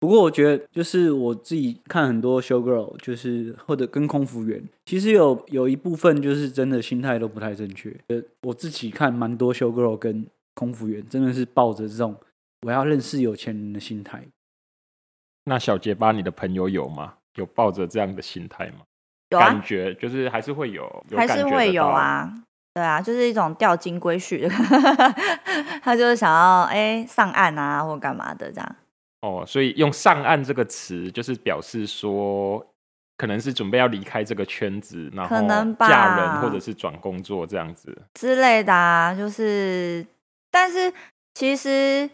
[SPEAKER 3] 不过我觉得，就是我自己看很多 show girl，就是或者跟空服员，其实有有一部分就是真的心态都不太正确。呃，我自己看蛮多 show girl 跟空服员，真的是抱着这种我要认识有钱人的心态。
[SPEAKER 5] 那小结巴，你的朋友有吗？有抱着这样的心态吗？
[SPEAKER 4] 有
[SPEAKER 5] 感
[SPEAKER 4] 啊，
[SPEAKER 5] 觉就是还是会有，有
[SPEAKER 4] 还
[SPEAKER 5] 感
[SPEAKER 4] 是
[SPEAKER 5] 觉
[SPEAKER 4] 会
[SPEAKER 5] 得
[SPEAKER 4] 有
[SPEAKER 5] 到。
[SPEAKER 4] 啊。对啊，就是一种钓金龟婿， 他就是想要哎、上岸啊或干嘛的这样。
[SPEAKER 5] 哦，所以用“上岸”这个词，就是表示说，可能是准备要离开这个圈子，然
[SPEAKER 4] 可能
[SPEAKER 5] 后
[SPEAKER 4] 吧
[SPEAKER 5] 嫁人或者是转工作这样子。
[SPEAKER 4] 之类的啊，就是，但是其实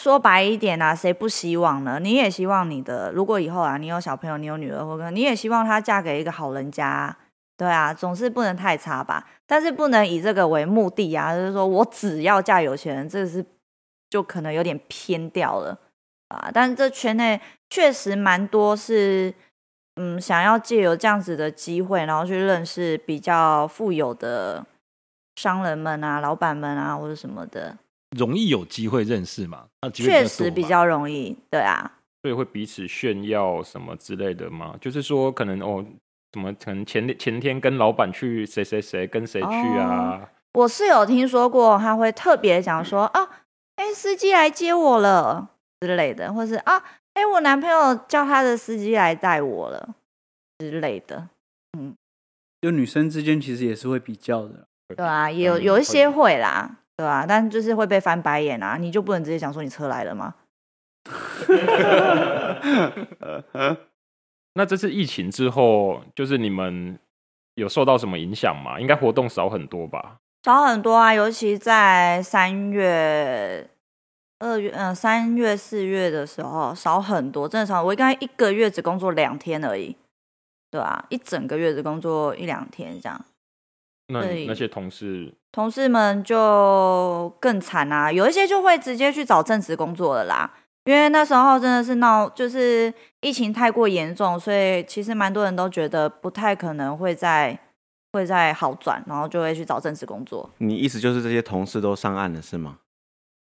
[SPEAKER 4] 说白一点啊，谁不希望呢？你也希望你的，如果以后啊，你有小朋友，你有女儿或哥，你也希望她嫁给一个好人家啊、对啊，总是不能太差吧，但是不能以这个为目的啊，就是说我只要嫁有钱人，这个是就可能有点偏掉了啊。但是这圈内确实蛮多是，嗯，想要借由这样子的机会，然后去认识比较富有的商人们啊、老板们啊，或者什么的，
[SPEAKER 1] 容易有机会认识嘛？那机会
[SPEAKER 4] 确实
[SPEAKER 1] 多
[SPEAKER 4] 比
[SPEAKER 1] 嘛
[SPEAKER 4] 较容易。对啊，
[SPEAKER 5] 所以会彼此炫耀什么之类的吗？就是说，可能哦，怎么可能前前天跟老板去谁谁谁跟谁去啊？
[SPEAKER 4] 我是有听说过，他会特别讲说啊，哎、司机来接我了之类的，或是啊，哎、我男朋友叫他的司机来带我了之类的。
[SPEAKER 3] 就女生之间其实也是会比较的，
[SPEAKER 4] 对啊，也有
[SPEAKER 5] 嗯
[SPEAKER 4] 有一些
[SPEAKER 5] 会
[SPEAKER 4] 会啦，对啊，但就是会被翻白眼啊，你就不能直接讲说你车来了吗？
[SPEAKER 5] 那这次疫情之后，就是你们有受到什么影响吗？应该活动少很多吧？
[SPEAKER 4] 少很多啊，尤其在三月、二月，嗯、三月、四月的时候少很多，真的少。我应该一个月只工作两天而已，对啊，一整个月只工作一两天这样。
[SPEAKER 5] 那
[SPEAKER 4] 对
[SPEAKER 5] 你那些同事
[SPEAKER 4] 同事们就更惨啊，有一些就会直接去找正职工作了啦。因为那时候真的是闹，就是疫情太过严重，所以其实蛮多人都觉得不太可能会再会再好转，然后就会去找正职工作。
[SPEAKER 2] 你意思就是这些同事都上岸了是吗？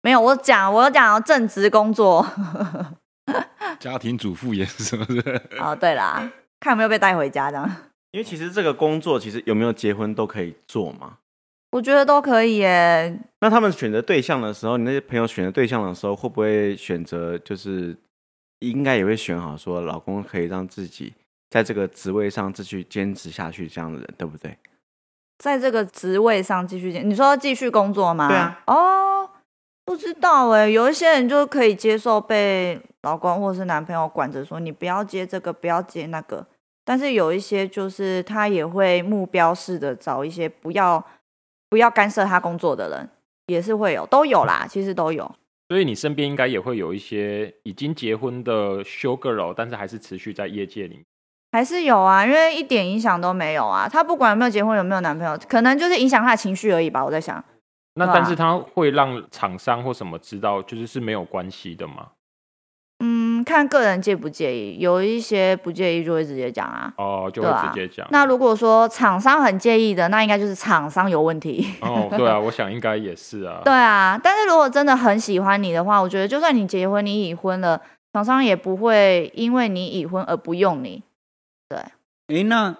[SPEAKER 4] 没有，我讲我讲正职工作。
[SPEAKER 1] 家庭主妇也是是不是？
[SPEAKER 4] 哦，对啦，看有没有被带回家这样。
[SPEAKER 2] 因为其实这个工作其实有没有结婚都可以做嘛。
[SPEAKER 4] 我觉得都可以耶，
[SPEAKER 2] 那他们选择对象的时候，你那些朋友选择对象的时候，会不会选择就是应该也会选好说老公可以让自己在这个职位上继续坚持下去这样的人，对不对？
[SPEAKER 4] 在这个职位上继续进，你说继续工作吗？
[SPEAKER 2] 对啊。
[SPEAKER 4] 哦，不知道哎，有一些人就可以接受被老公或是男朋友管着说你不要接这个，不要接那个，但是有一些就是他也会目标式的找一些不要不要干涉他工作的人，也是会有，都有啦，其实都有。
[SPEAKER 5] 所以你身边应该也会有一些已经结婚的修 girl，但是还是持续在业界里面。
[SPEAKER 4] 还是有啊，因为一点影响都没有啊。他不管有没有结婚，有没有男朋友，可能就是影响他的情绪而已吧。我在想，
[SPEAKER 5] 那
[SPEAKER 4] 对啊
[SPEAKER 5] 但是他会让厂商或什么知道，就是是没有关系的嘛？
[SPEAKER 4] 嗯，看个人介不介意，有一些不介意就会直接讲啊。
[SPEAKER 5] 哦，就会
[SPEAKER 4] 对啊
[SPEAKER 5] 直接讲。
[SPEAKER 4] 那如果说厂商很介意的，那应该就是厂商有问题。
[SPEAKER 5] 哦，对啊，我想应该也是啊。
[SPEAKER 4] 对啊，但是如果真的很喜欢你的话，我觉得就算你结婚，你已婚了，厂商也不会因为你已婚而不用你。
[SPEAKER 3] 诶，那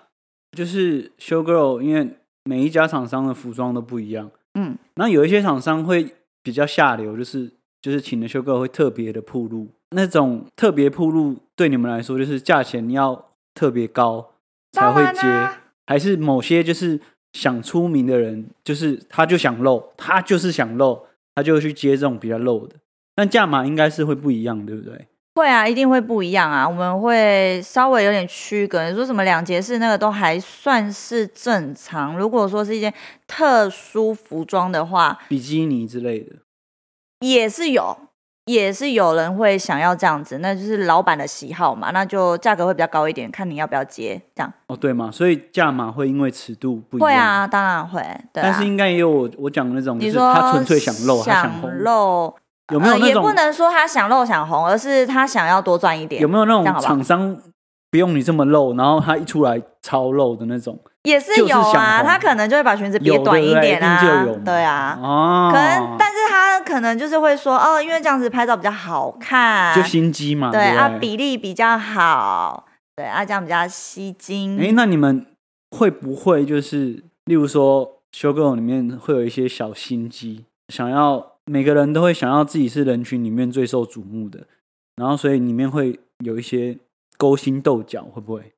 [SPEAKER 3] 就是 show girl，因为每一家厂商的服装都不一样，
[SPEAKER 4] 嗯，
[SPEAKER 3] 那有一些厂商会比较下流，就是就是请的修 girl 会特别的铺路，那种特别铺路对你们来说就是价钱要特别高才会接，
[SPEAKER 4] 当然啊
[SPEAKER 3] 还是某些就是想出名的人，就是他就想露，他就是想露，他就会去接这种比较露的，但价码应该是会不一样，对不对？
[SPEAKER 4] 会啊，一定会不一样啊。我们会稍微有点区隔，你说什么两节式那个都还算是正常。如果说是一件特殊服装的话，
[SPEAKER 3] 比基尼之类的，
[SPEAKER 4] 也是有，也是有人会想要这样子，那就是老板的喜好嘛，那就价格会比较高一点，看你要不要接这样。
[SPEAKER 3] 哦，对嘛，所以价码会因为尺度不一样，
[SPEAKER 4] 会啊，当然会，对啊。
[SPEAKER 3] 但是应该也有我我讲的那种，就
[SPEAKER 4] 你
[SPEAKER 3] 是
[SPEAKER 4] 说
[SPEAKER 3] 他纯粹想露，他想红，
[SPEAKER 4] 露，
[SPEAKER 3] 有没有
[SPEAKER 4] 呃
[SPEAKER 3] 那
[SPEAKER 4] 也
[SPEAKER 3] 种
[SPEAKER 4] 不能说他想露想红，而是他想要多赚一点。
[SPEAKER 3] 有没有那
[SPEAKER 4] 这样好
[SPEAKER 3] 种
[SPEAKER 4] 不好
[SPEAKER 3] 厂商不用你这么露，然后他一出来超露的那种？
[SPEAKER 4] 也是
[SPEAKER 3] 就是
[SPEAKER 4] 有啊，
[SPEAKER 3] 想红
[SPEAKER 4] 他可能就会把裙子别
[SPEAKER 3] 有
[SPEAKER 4] 短
[SPEAKER 3] 对
[SPEAKER 4] 一
[SPEAKER 3] 不对
[SPEAKER 4] 点啊，
[SPEAKER 3] 一定就有嘛
[SPEAKER 4] 对啊，
[SPEAKER 3] 哦，
[SPEAKER 4] 可能，但是他可能就是会说，哦，因为这样子拍照比较好看，
[SPEAKER 3] 就心机嘛，
[SPEAKER 4] 啊对
[SPEAKER 3] 对不
[SPEAKER 4] 啊，
[SPEAKER 3] 对
[SPEAKER 4] 比例比较好，对啊，这样比较吸睛。
[SPEAKER 3] 哎，那你们会不会就是，例如说修 girl 里面会有一些小心机，想要每个人都会想要自己是人群里面最受瞩目的，然后所以里面会有一些勾心斗角，会不会？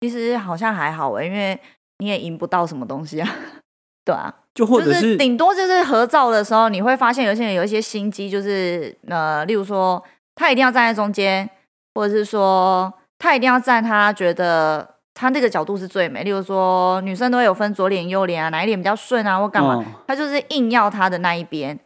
[SPEAKER 4] 其实好像还好哎、因为你也赢不到什么东西啊， 对啊。
[SPEAKER 3] 就或
[SPEAKER 4] 就
[SPEAKER 3] 者
[SPEAKER 4] 是顶多就是合照的时候，你会发现有些人有一些心机，就是呃，例如说他一定要站在中间，或者是说他一定要站他觉得他那个角度是最美。例如说女生都会有分左脸右脸啊，哪一脸比较顺啊，或干嘛，他就是硬要他的那一边。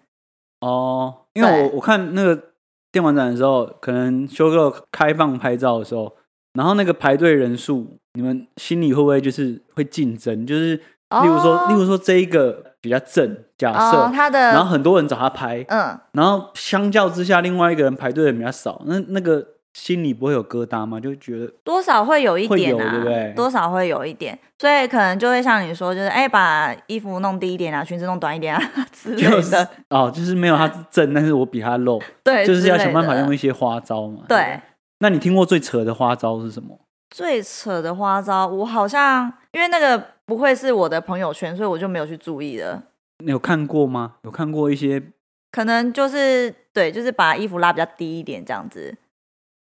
[SPEAKER 3] 哦，因为我
[SPEAKER 4] 对
[SPEAKER 3] 我看那个电玩展的时候，可能修 girl 开放拍照的时候，然后那个排队人数，你们心里会不会就是会竞争？就是
[SPEAKER 4] 哦
[SPEAKER 3] 例如说，例如说这一个比较正，假设、
[SPEAKER 4] 哦，他
[SPEAKER 3] 然
[SPEAKER 4] 的
[SPEAKER 3] 后很多人找他拍，
[SPEAKER 4] 嗯，
[SPEAKER 3] 然后相较之下，另外一个人排队的人比较少，那那个心里不会有疙瘩吗？就觉得
[SPEAKER 4] 多少会有一
[SPEAKER 3] 会
[SPEAKER 4] 点
[SPEAKER 3] 有
[SPEAKER 4] 啊，
[SPEAKER 3] 对不对
[SPEAKER 4] 多少会有一点，所以可能就会像你说，就是哎、把衣服弄低一点啊，裙子弄短一点啊 之类
[SPEAKER 3] 就
[SPEAKER 4] 的，
[SPEAKER 3] 是哦，就是没有他正，但是我比他露，
[SPEAKER 4] 对，
[SPEAKER 3] 就是要想办
[SPEAKER 4] 之
[SPEAKER 3] 法
[SPEAKER 4] 类的
[SPEAKER 3] 用一些花招嘛。不
[SPEAKER 4] 对。
[SPEAKER 3] 那你听过最扯的花招是什么？
[SPEAKER 4] 最扯的花招，我好像因为那个不会是我的朋友圈，所以我就没有去注意了。
[SPEAKER 3] 你有看过吗？有看过一些，
[SPEAKER 4] 可能就是对，就是把衣服拉比较低一点这样子，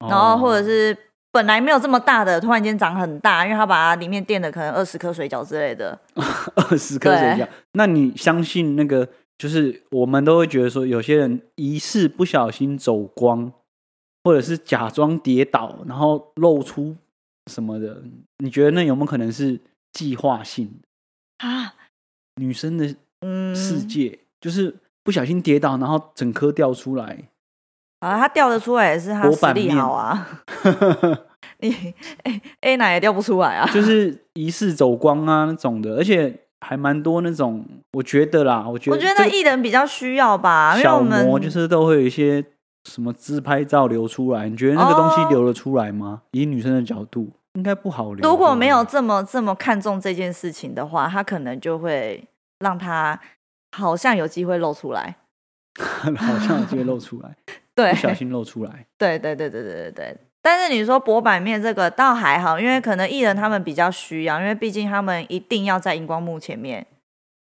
[SPEAKER 3] 哦
[SPEAKER 4] 然后或者是本来没有这么大的，突然间长很大，因为他把里面垫的可能二十颗水饺之类的。
[SPEAKER 3] 二十颗水
[SPEAKER 4] 对
[SPEAKER 3] 饺。那你相信那个？就是我们都会觉得说，有些人疑似不小心走光，或者是假装跌倒，然后露出什么的，你觉得那有没有可能是计划性的？
[SPEAKER 4] 啊，
[SPEAKER 3] 女生的
[SPEAKER 4] 嗯，
[SPEAKER 3] 世界、就是不小心跌倒，然后整颗掉 出来，
[SPEAKER 4] 啊，他掉得出来也是他
[SPEAKER 3] 薄
[SPEAKER 4] 实
[SPEAKER 3] 板
[SPEAKER 4] 力
[SPEAKER 3] 面
[SPEAKER 4] 好 啊。你 A A 奶也掉不出来啊，
[SPEAKER 3] 就是疑似走光啊那种的，而且还蛮多那种。我觉得啦，我觉
[SPEAKER 4] 我
[SPEAKER 3] 得
[SPEAKER 4] 觉得那
[SPEAKER 3] 这个
[SPEAKER 4] 艺人比较需要吧，因为
[SPEAKER 3] 小
[SPEAKER 4] 啊我们
[SPEAKER 3] 模就是都会有一些什么自拍照流出来，你觉得那个东
[SPEAKER 4] 哦
[SPEAKER 3] 西流得出来吗？以女生的角度，应该不好流。啊
[SPEAKER 4] 如果没有
[SPEAKER 3] 对不
[SPEAKER 4] 这么这么看重这件事情的话，他可能就会让他好像有机会露出来。
[SPEAKER 3] 对 好像有机会露出来，
[SPEAKER 4] 对
[SPEAKER 3] 不，小心露出来。
[SPEAKER 4] 对对对对对对对。但是你说薄板面这个倒还好，因为可能艺人他们比较需要，因为毕竟他们一定要在荧光幕前面，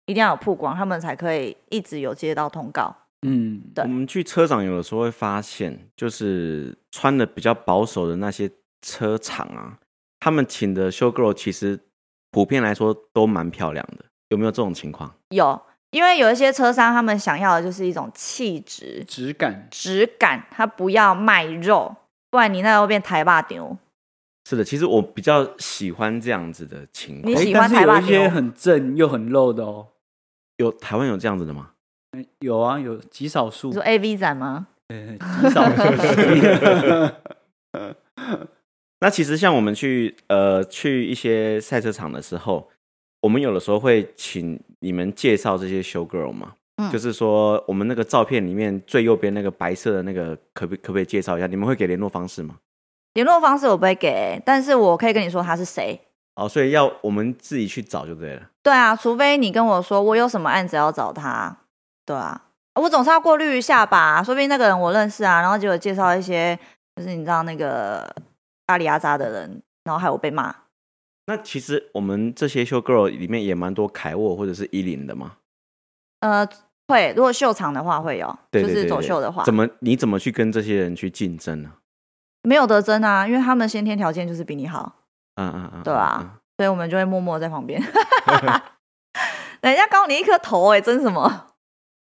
[SPEAKER 4] 一定要有曝光，他们才可以一直有接到通告。
[SPEAKER 3] 嗯，
[SPEAKER 4] 对
[SPEAKER 2] 我们去车展有的时候会发现，就是穿的比较保守的那些车厂啊，他们请的修 girl 其实普遍来说都蛮漂亮的，有没有这种情况？
[SPEAKER 4] 有，因为有一些车商他们想要的就是一种气质、
[SPEAKER 3] 质感
[SPEAKER 4] 质感，他不要卖肉，不然你那要变台霸牛。
[SPEAKER 2] 是的，其实我比较喜欢这样子的情况
[SPEAKER 4] 你。喜
[SPEAKER 3] 诶
[SPEAKER 4] 欢
[SPEAKER 3] 但是
[SPEAKER 4] 台
[SPEAKER 3] 有
[SPEAKER 4] 湾
[SPEAKER 3] 一些
[SPEAKER 4] 牛
[SPEAKER 3] 很正又很露的哦，
[SPEAKER 2] 有台湾有这样子的吗？
[SPEAKER 3] 有啊，有极少数
[SPEAKER 4] 你，说 A V 展吗？
[SPEAKER 3] 呃极少 数。
[SPEAKER 2] 那其实像我们去呃去一些赛车场的时候，我们有的时候会请你们介绍这些 show girl 嘛，
[SPEAKER 4] 嗯
[SPEAKER 2] 就是说我们那个照片里面最右边那个白色的那个，可不可不可以介绍一下？你们会给联络方式吗？
[SPEAKER 4] 联络方式我不会给，但是我可以跟你说他是谁。
[SPEAKER 2] 哦，所以要我们自己去找就对了。
[SPEAKER 4] 对啊，除非你跟我说我有什么案子要找他，对啊，我总是要过滤一下吧，说不定那个人我认识啊，然后结果介绍一些就是你知道那个阿里阿扎的人，然后害我被骂。
[SPEAKER 2] 那其实我们这些 show girl 里面也蛮多凯沃或者是伊林的嘛，
[SPEAKER 4] 呃，会，如果秀场的话会有，
[SPEAKER 2] 对对对
[SPEAKER 4] 就是走
[SPEAKER 2] 对
[SPEAKER 4] 秀的话，
[SPEAKER 2] 怎么你怎么去跟这些人去竞争呢、
[SPEAKER 4] 没有得争啊？因为他们先天条件就是比你好，
[SPEAKER 2] 嗯嗯嗯，
[SPEAKER 4] 对
[SPEAKER 2] 嗯
[SPEAKER 4] 啊，所以我们就会默默在 旁边。 人家高你一颗头哎、争什么？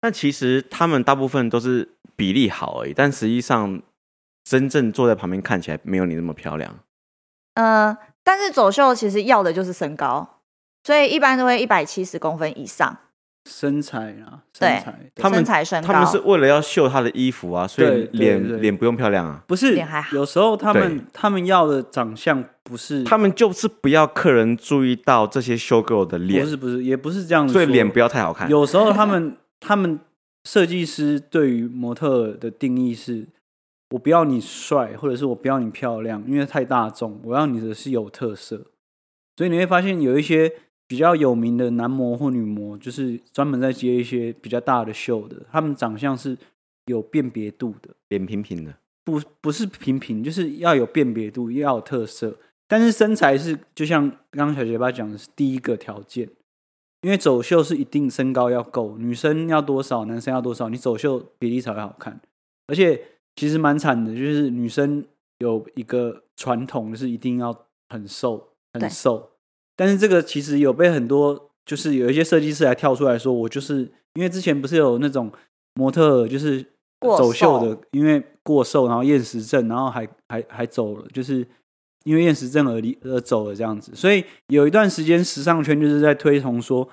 [SPEAKER 2] 但其实他们大部分都是比例好而已，但实际上真正坐在旁边看起来没有你那么漂亮。
[SPEAKER 4] 呃，但是走秀其实要的就是身高，所以一般都会一百七十公分以上。
[SPEAKER 3] 身材啊，身
[SPEAKER 4] 对
[SPEAKER 3] 材，
[SPEAKER 2] 他们
[SPEAKER 4] 身材身高，
[SPEAKER 2] 他们是为了要秀她的衣服啊，所以
[SPEAKER 3] 对对
[SPEAKER 2] 脸
[SPEAKER 3] 对
[SPEAKER 2] 脸不用漂亮啊。
[SPEAKER 3] 不是
[SPEAKER 4] 脸还好
[SPEAKER 3] 有时候他
[SPEAKER 2] 对
[SPEAKER 3] 们他们要的长相不是
[SPEAKER 2] 他们就是不要客人注意到这些修 girl 的脸
[SPEAKER 3] 不，是不是也不是这样子
[SPEAKER 2] 所
[SPEAKER 3] 说，
[SPEAKER 2] 以脸不要太好看。
[SPEAKER 3] 有时候他们 他们设计师对于模特儿的定义是：我不要你帅，或者是我不要你漂亮，因为太大众，我要你的是有特色。所以你会发现有一些比较有名的男模或女模，就是专门在接一些比较大的秀的，他们长相是有辨别度的，
[SPEAKER 2] 脸平平的，
[SPEAKER 3] 不不是平平，就是要有辨别度，要有特色。但是身材是就像刚刚小结巴讲的是第一个条件，因为走秀是一定身高要够，女生要多少，男生要多少，你走秀比例才会好看。而且其实蛮惨的，就是女生有一个传统，就是一定要很瘦，
[SPEAKER 4] 对
[SPEAKER 3] 很瘦。但是这个其实有被很多，就是有一些设计师还跳出来说，我就是因为之前不是有那种模特儿就是
[SPEAKER 4] 过
[SPEAKER 3] 走秀的
[SPEAKER 4] 瘦，
[SPEAKER 3] 因为过瘦，然后厌食症，然后还还还走了，就是因为厌食症而离而走了这样子。所以有一段时间，时尚圈就是在推崇说，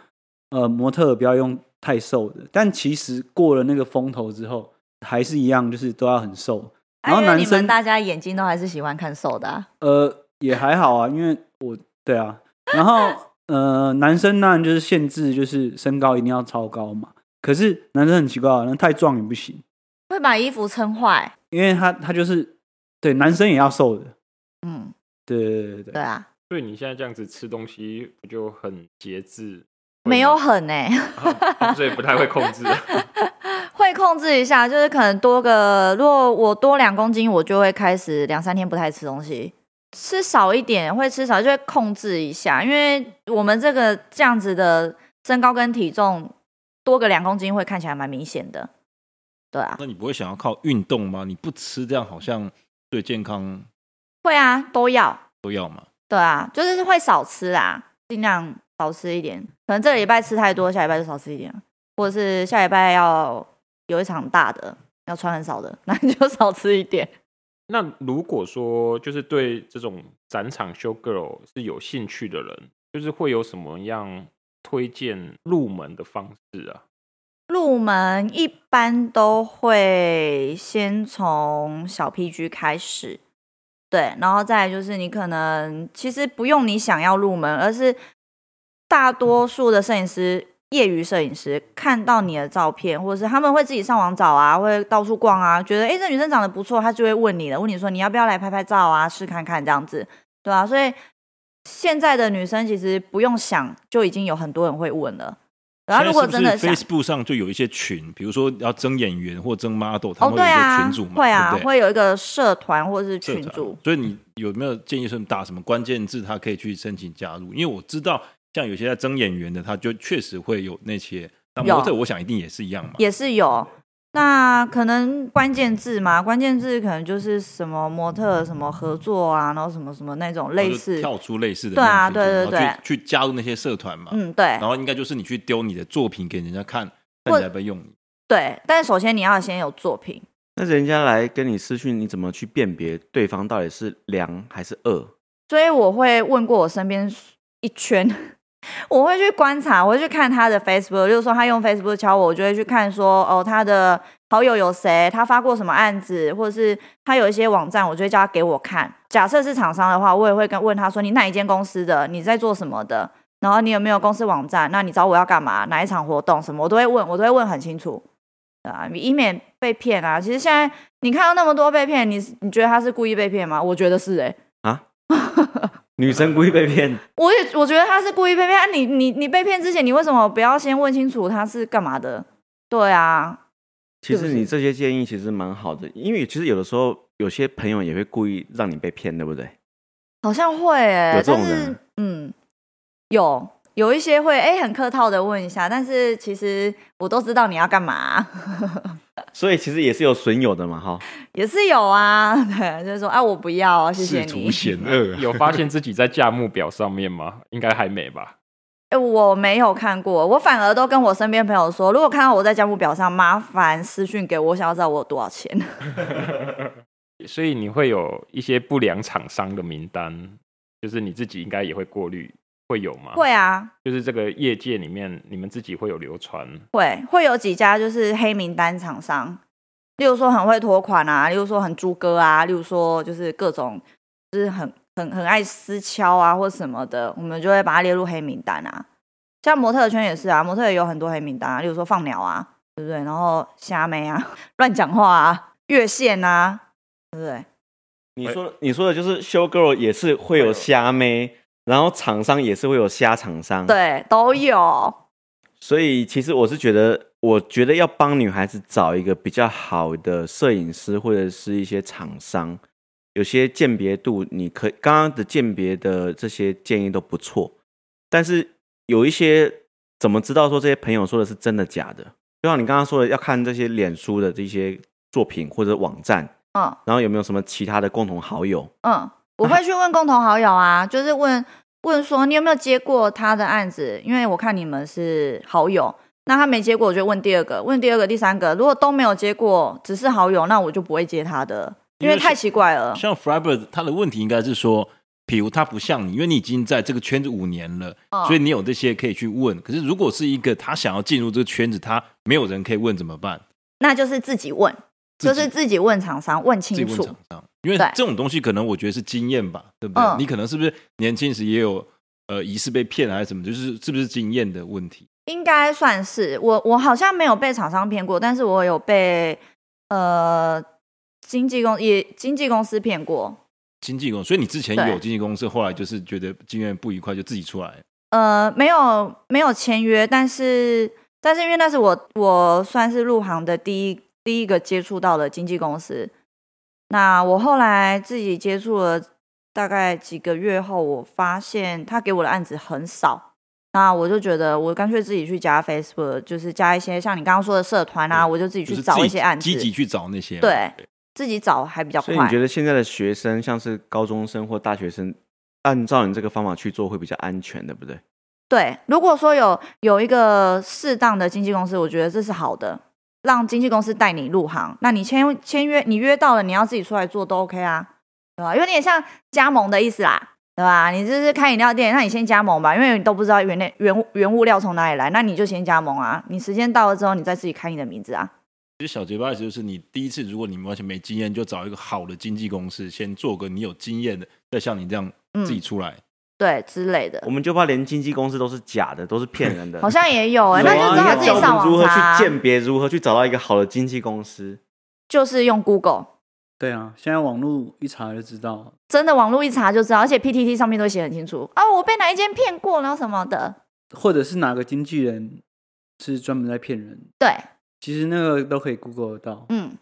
[SPEAKER 3] 呃，模特儿不要用太瘦的。但其实过了那个风头之后，还是一样，就是都要很瘦。
[SPEAKER 4] 啊
[SPEAKER 3] 然后
[SPEAKER 4] 因为
[SPEAKER 3] 男
[SPEAKER 4] 你
[SPEAKER 3] 生
[SPEAKER 4] 们大家眼睛都还是喜欢看瘦的、啊，
[SPEAKER 3] 呃，也还好啊，因为我对啊，然后呃，男生当然就是限制，就是身高一定要超高嘛。可是男生很奇怪啊，那太壮也不行，
[SPEAKER 4] 会把衣服撑坏。
[SPEAKER 3] 因为他他就是对男生也要瘦的，
[SPEAKER 4] 嗯，
[SPEAKER 3] 对对对对
[SPEAKER 4] 对
[SPEAKER 3] 对，
[SPEAKER 4] 啊，
[SPEAKER 5] 所以你现在这样子吃东西不就很节制？
[SPEAKER 4] 没有 很哎、
[SPEAKER 5] 啊，所以不太会控制。
[SPEAKER 4] 会控制一下，就是可能多个，如果我多两公斤，我就会开始两三天不太吃东西，吃少一点，会吃少，就会控制一下，因为我们这个这样子的身高跟体重多个两公斤会看起来蛮明显的，对啊，
[SPEAKER 1] 那你不会想要靠运动吗？你不吃这样好像对健康
[SPEAKER 4] 会啊，都要，
[SPEAKER 1] 都要嘛？
[SPEAKER 4] 对啊，就是会少吃啊，尽量少吃一点，可能这个礼拜吃太多，下礼拜就少吃一点，或者是下礼拜要有一场大的，要穿很少的，那 你就少吃一点。
[SPEAKER 5] 那如果说就是对这种展场 show girl 是有兴趣的人，就是会有什么样推荐入门的方式啊？
[SPEAKER 4] 入门一般都会先从小 PG 开始，对，然后再来就是你可能其实不用你想要入门，而是大多数的摄影师、业余摄影师看到你的照片，或者是他们会自己上网找啊，会到处逛啊，觉得诶这女生长得不错，他就会问你了，问你说你要不要来拍拍照啊，试看看这样子，对啊，所以现在的女生其实不用想，就已经有很多人会问了。然啊后如果真的
[SPEAKER 1] 现在
[SPEAKER 4] 想
[SPEAKER 1] 是不是 Facebook 上就有一些群，比如说要争演员或争 model，他
[SPEAKER 4] 哦，
[SPEAKER 1] 们会
[SPEAKER 4] 对
[SPEAKER 1] 有一
[SPEAKER 4] 啊，
[SPEAKER 1] 些群组嘛，
[SPEAKER 4] 会啊，
[SPEAKER 1] 对不对
[SPEAKER 4] 会有一个社团或者是群
[SPEAKER 1] 社团
[SPEAKER 4] 组。
[SPEAKER 1] 所以你有没有建议说你打什么关键字，他可以去申请加入？因为我知道像有些在争演员的，他就确实会有那些。那
[SPEAKER 4] 有
[SPEAKER 1] 模特，我想一定也是一样嘛。
[SPEAKER 4] 也是有。那可能关键字嘛，关键字可能就是什么模特儿什么合作啊，然后什么什么那种类
[SPEAKER 1] 哦然后就
[SPEAKER 4] 似，
[SPEAKER 1] 跳出类似的
[SPEAKER 4] 对啊
[SPEAKER 1] 那种群组
[SPEAKER 4] 对对
[SPEAKER 1] 然后去去加入那些社团嘛。
[SPEAKER 4] 嗯，对
[SPEAKER 1] 然后应该就是你去丢你的作品给人家看，
[SPEAKER 4] 或
[SPEAKER 1] 看你要不要用你。
[SPEAKER 4] 对。但首先你要先有作品，
[SPEAKER 2] 那人家来跟你私讯，你怎么去辨别对方到底是良还是恶？
[SPEAKER 4] 所以我会问过我身边一圈， 我会去观察，我会去看他的 Facebook，就是说他用 Facebook 敲我，我就会去看说哦他的好友有谁，他发过什么案子，或者是他有一些网站，我就会叫他给我看。假设是厂商的话，我也会跟问他说你哪一间公司的，你在做什么的，然后你有没有公司网站，那你找我要干嘛，哪一场活动什么，我都会问，我都会问很清楚。对啊，以免被骗啊！其实现在你看到那么多被骗，你你觉得他是故意被骗吗？我觉得是哎、
[SPEAKER 2] 女生故意被 骗，
[SPEAKER 4] 我也我觉得他是故意被骗。啊、你你你被骗之前，你为什么不要先问清楚他是干嘛的？对啊，
[SPEAKER 2] 其
[SPEAKER 4] 是
[SPEAKER 2] 实
[SPEAKER 4] 不是
[SPEAKER 2] 你这些建议其实蛮好的，因为其实有的时候有些朋友也会故意让你被骗，对不对？
[SPEAKER 4] 好像会哎、
[SPEAKER 2] 有这种
[SPEAKER 4] 但是
[SPEAKER 2] 人啊
[SPEAKER 4] 嗯，有有一些会哎、很客套的问一下，但是其实我都知道你要干嘛，啊
[SPEAKER 2] 所以其实也是有损友的嘛，哈。
[SPEAKER 4] 也是有啊， 对，就是说啊，我不要，谢谢
[SPEAKER 1] 试
[SPEAKER 4] 你
[SPEAKER 1] 图。险恶啊，
[SPEAKER 5] 有发现自己在价目表上面吗？应该还没吧。
[SPEAKER 4] 哎、我没有看过，我反而都跟我身边朋友说，如果看到我在价目表上，麻烦私讯给我，我想要知道我有多少钱。
[SPEAKER 5] 所以你会有一些不良厂商的名单，就是你自己应该也会过滤，会有吗？，
[SPEAKER 4] 会啊，
[SPEAKER 5] 就是这个业界里面，你们自己会有流传，
[SPEAKER 4] 会会有几家就是黑名单厂商，例如说很会拖款啊，例如说很猪哥啊，例如说就是各种就是很很很爱私敲啊或什么的，我们就会把它列入黑名单啊。像模特圈也是啊，模特也有很多黑名单啊，例如说放鸟啊，对不对？然后虾妹啊， 乱讲话啊，越线啊，对不对？
[SPEAKER 2] 你说你说的就是修 girl 也是哎会有虾妹，然后厂商也是会有虾厂商。，
[SPEAKER 4] 对，都有。
[SPEAKER 2] 所以其实我是觉得，我觉得要帮女孩子找一个比较好的摄影师或者是一些厂商，有些鉴别度，你可以刚刚的鉴别的这些建议都不错，但是有一些怎么知道说这些朋友说的是真的假的？就像你刚刚说的，要看这些脸书的这些作品或者网站，
[SPEAKER 4] 嗯
[SPEAKER 2] 然后有没有什么其他的共同好友。
[SPEAKER 4] 嗯，我会去问共同好友啊，就是问问说你有没有接过他的案子，因为我看你们是好友，那他没接过，我就问第二个，问第二个、第三个，如果都没有接过，只是好友，那我就不会接他的，因为
[SPEAKER 1] 因为
[SPEAKER 4] 太奇怪了。
[SPEAKER 1] 像 f r i b e r 他的问题应该是说，比如他不像你，因为你已经在这个圈子五年了，
[SPEAKER 4] 嗯
[SPEAKER 1] 所以你有这些可以去问。可是如果是一个他想要进入这个圈子，他没有人可以问怎么办？
[SPEAKER 4] 那就是自己问，
[SPEAKER 1] 自己
[SPEAKER 4] 就是自己问厂商，问
[SPEAKER 1] 自己
[SPEAKER 4] 清
[SPEAKER 1] 问
[SPEAKER 4] 楚。
[SPEAKER 1] 厂商，因为
[SPEAKER 4] 对
[SPEAKER 1] 这种东西可能我觉得是经验吧，对不对？
[SPEAKER 4] 嗯
[SPEAKER 1] 你可能是不是年轻时也有呃疑似被骗还是什么，就是是不是经验的问题？
[SPEAKER 4] 应该算是我，我好像没有被厂商骗过，但是我有被呃经纪公也经纪公司骗过，
[SPEAKER 1] 经纪公司，所以你之前
[SPEAKER 4] 对
[SPEAKER 1] 有经纪公司，后来就是觉得经验不愉快，就自己出来。
[SPEAKER 4] 呃，没有没有签约，但是但是因为那是我我算是入行的第一第一个接触到的经纪公司。那我后来自己接触了大概几个月后，我发现他给我的案子很少，那我就觉得我干脆自己去加 Facebook，就是加一些像你刚刚说的社团啊，
[SPEAKER 1] 对
[SPEAKER 4] 我就自己
[SPEAKER 1] 就
[SPEAKER 4] 去
[SPEAKER 1] 是自
[SPEAKER 4] 找
[SPEAKER 1] 己
[SPEAKER 4] 一些案子，
[SPEAKER 1] 积极去找那些嘛。
[SPEAKER 4] 对自己找还比较
[SPEAKER 2] 所以你
[SPEAKER 4] 快
[SPEAKER 2] 觉。得现在的学生，像是高中生或大学生，按照你这个方法去做会比较安全，对不对？
[SPEAKER 4] 对，如果说有有一个适当的经纪公司，我觉得这是好的，让经纪公司带你入行。那你签签约，你约到了，你要自己出来做都 OK 啊，对吧？有点像加盟的意思啦，对吧？你就是开饮料店，那你先加盟吧，因为你都不知道原料原原物料从哪里来，那你就先加盟啊。你时间到了之后，你再自己开你的名字啊。
[SPEAKER 1] 其实小结巴的意思就是，你第一次如果你完全没经验，就找一个好的经纪公司，先做个你有经验的，再像你这样
[SPEAKER 4] 嗯
[SPEAKER 1] 自己出来。
[SPEAKER 4] 对之类的
[SPEAKER 2] 我，们就怕连经纪公司都是假的，都是骗人的。
[SPEAKER 4] 好像也有哎、
[SPEAKER 2] 有
[SPEAKER 4] 那
[SPEAKER 2] 啊
[SPEAKER 4] 就只好自
[SPEAKER 2] 你
[SPEAKER 4] 己
[SPEAKER 2] 要教
[SPEAKER 4] 上
[SPEAKER 2] 我们如
[SPEAKER 4] 网
[SPEAKER 2] 何
[SPEAKER 4] 查啊、
[SPEAKER 2] 去鉴别，如何去找到一个好的经纪公司。
[SPEAKER 4] 就是用 Google。
[SPEAKER 3] 对啊，现在网络一查就知道了，
[SPEAKER 4] 真的网络一查就知道，而且 PTT 上面都会写很清楚啊，我被哪一间骗过，然后什么的，
[SPEAKER 3] 或者是哪个经纪人是专门在骗人，
[SPEAKER 4] 对，
[SPEAKER 3] 其实那个都可以 Google 得到。
[SPEAKER 4] 嗯，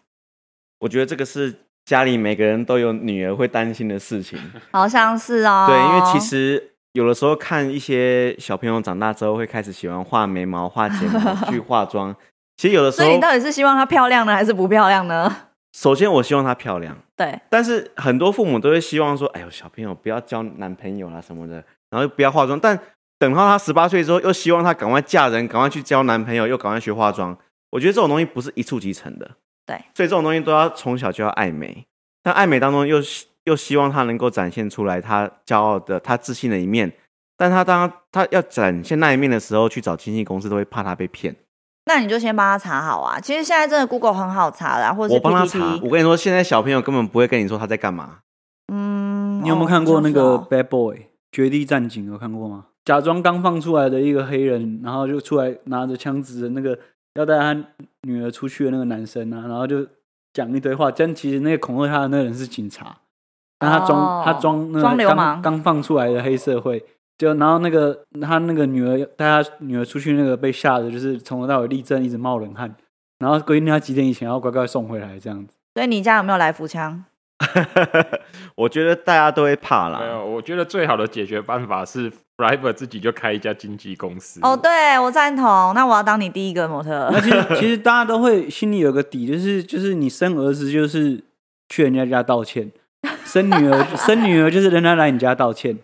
[SPEAKER 2] 我觉得这个是家里每个人都有女儿会担心的事情。
[SPEAKER 4] 好像是哦。
[SPEAKER 2] 对，因为其实有的时候看一些小朋友长大之后会开始喜欢画眉毛、画睫毛、去化妆。其实有的时
[SPEAKER 4] 所以
[SPEAKER 2] 候
[SPEAKER 4] 你，到底是希望她漂亮呢，还是不漂亮呢？
[SPEAKER 2] 首先我希望她漂亮。
[SPEAKER 4] 对，
[SPEAKER 2] 但是很多父母都会希望说，哎呦，小朋友不要交男朋友啦什么的，然后不要化妆。但等到她十八岁之后，又希望她赶快嫁人，赶快去交男朋友，又赶快学化妆。我觉得这种东西不是一触即成的，
[SPEAKER 4] 对，
[SPEAKER 2] 所以这种东西都要从小就要爱美。但爱美当中又又希望他能够展现出来他骄傲的、他自信的一面。但他当他要展现那一面的时候，去找经纪公司都会怕他被骗。
[SPEAKER 4] 那你就先帮他查好啊。其实现在真的 Google 很好查啦，或者
[SPEAKER 2] 我
[SPEAKER 4] 是 E
[SPEAKER 2] 帮他查，
[SPEAKER 4] PTT。
[SPEAKER 2] 我跟你说，现在小朋友根本不会跟你说他在干嘛。
[SPEAKER 4] 嗯，
[SPEAKER 3] 你有没有
[SPEAKER 4] 哦
[SPEAKER 3] 看过那个《
[SPEAKER 4] 好像是哦
[SPEAKER 3] Bad Boy》绝地战警？有看过吗？假装刚放出来的一个黑人，然后就出来拿着枪指着那个要带他女儿出去的那个男生啊，然后就讲一堆话。但其实那个恐吓他的那个人是警察，但他装、
[SPEAKER 4] 哦
[SPEAKER 3] 他装那个
[SPEAKER 4] 装流
[SPEAKER 3] 刚
[SPEAKER 4] 氓
[SPEAKER 3] 刚放出来的黑社会。就然后那个他那个女儿带他女儿出去那个被吓得就是从头到尾立正一直冒冷汗，然后规定他几点以前要乖乖送回来这样子。
[SPEAKER 4] 所以你家有没有来福枪？
[SPEAKER 2] 我觉得大家都会怕
[SPEAKER 5] 没有，
[SPEAKER 2] 啦。
[SPEAKER 5] 我觉得最好的解决办法是 f r i b e r 自己就开一家经纪公司。
[SPEAKER 4] 哦，对，我赞同。那我要当你第一个模特
[SPEAKER 3] 那。其实其实大家都会心里有个底，就是就是你生儿子就是去人家家道歉，生女儿生女儿就是人家来你家道歉。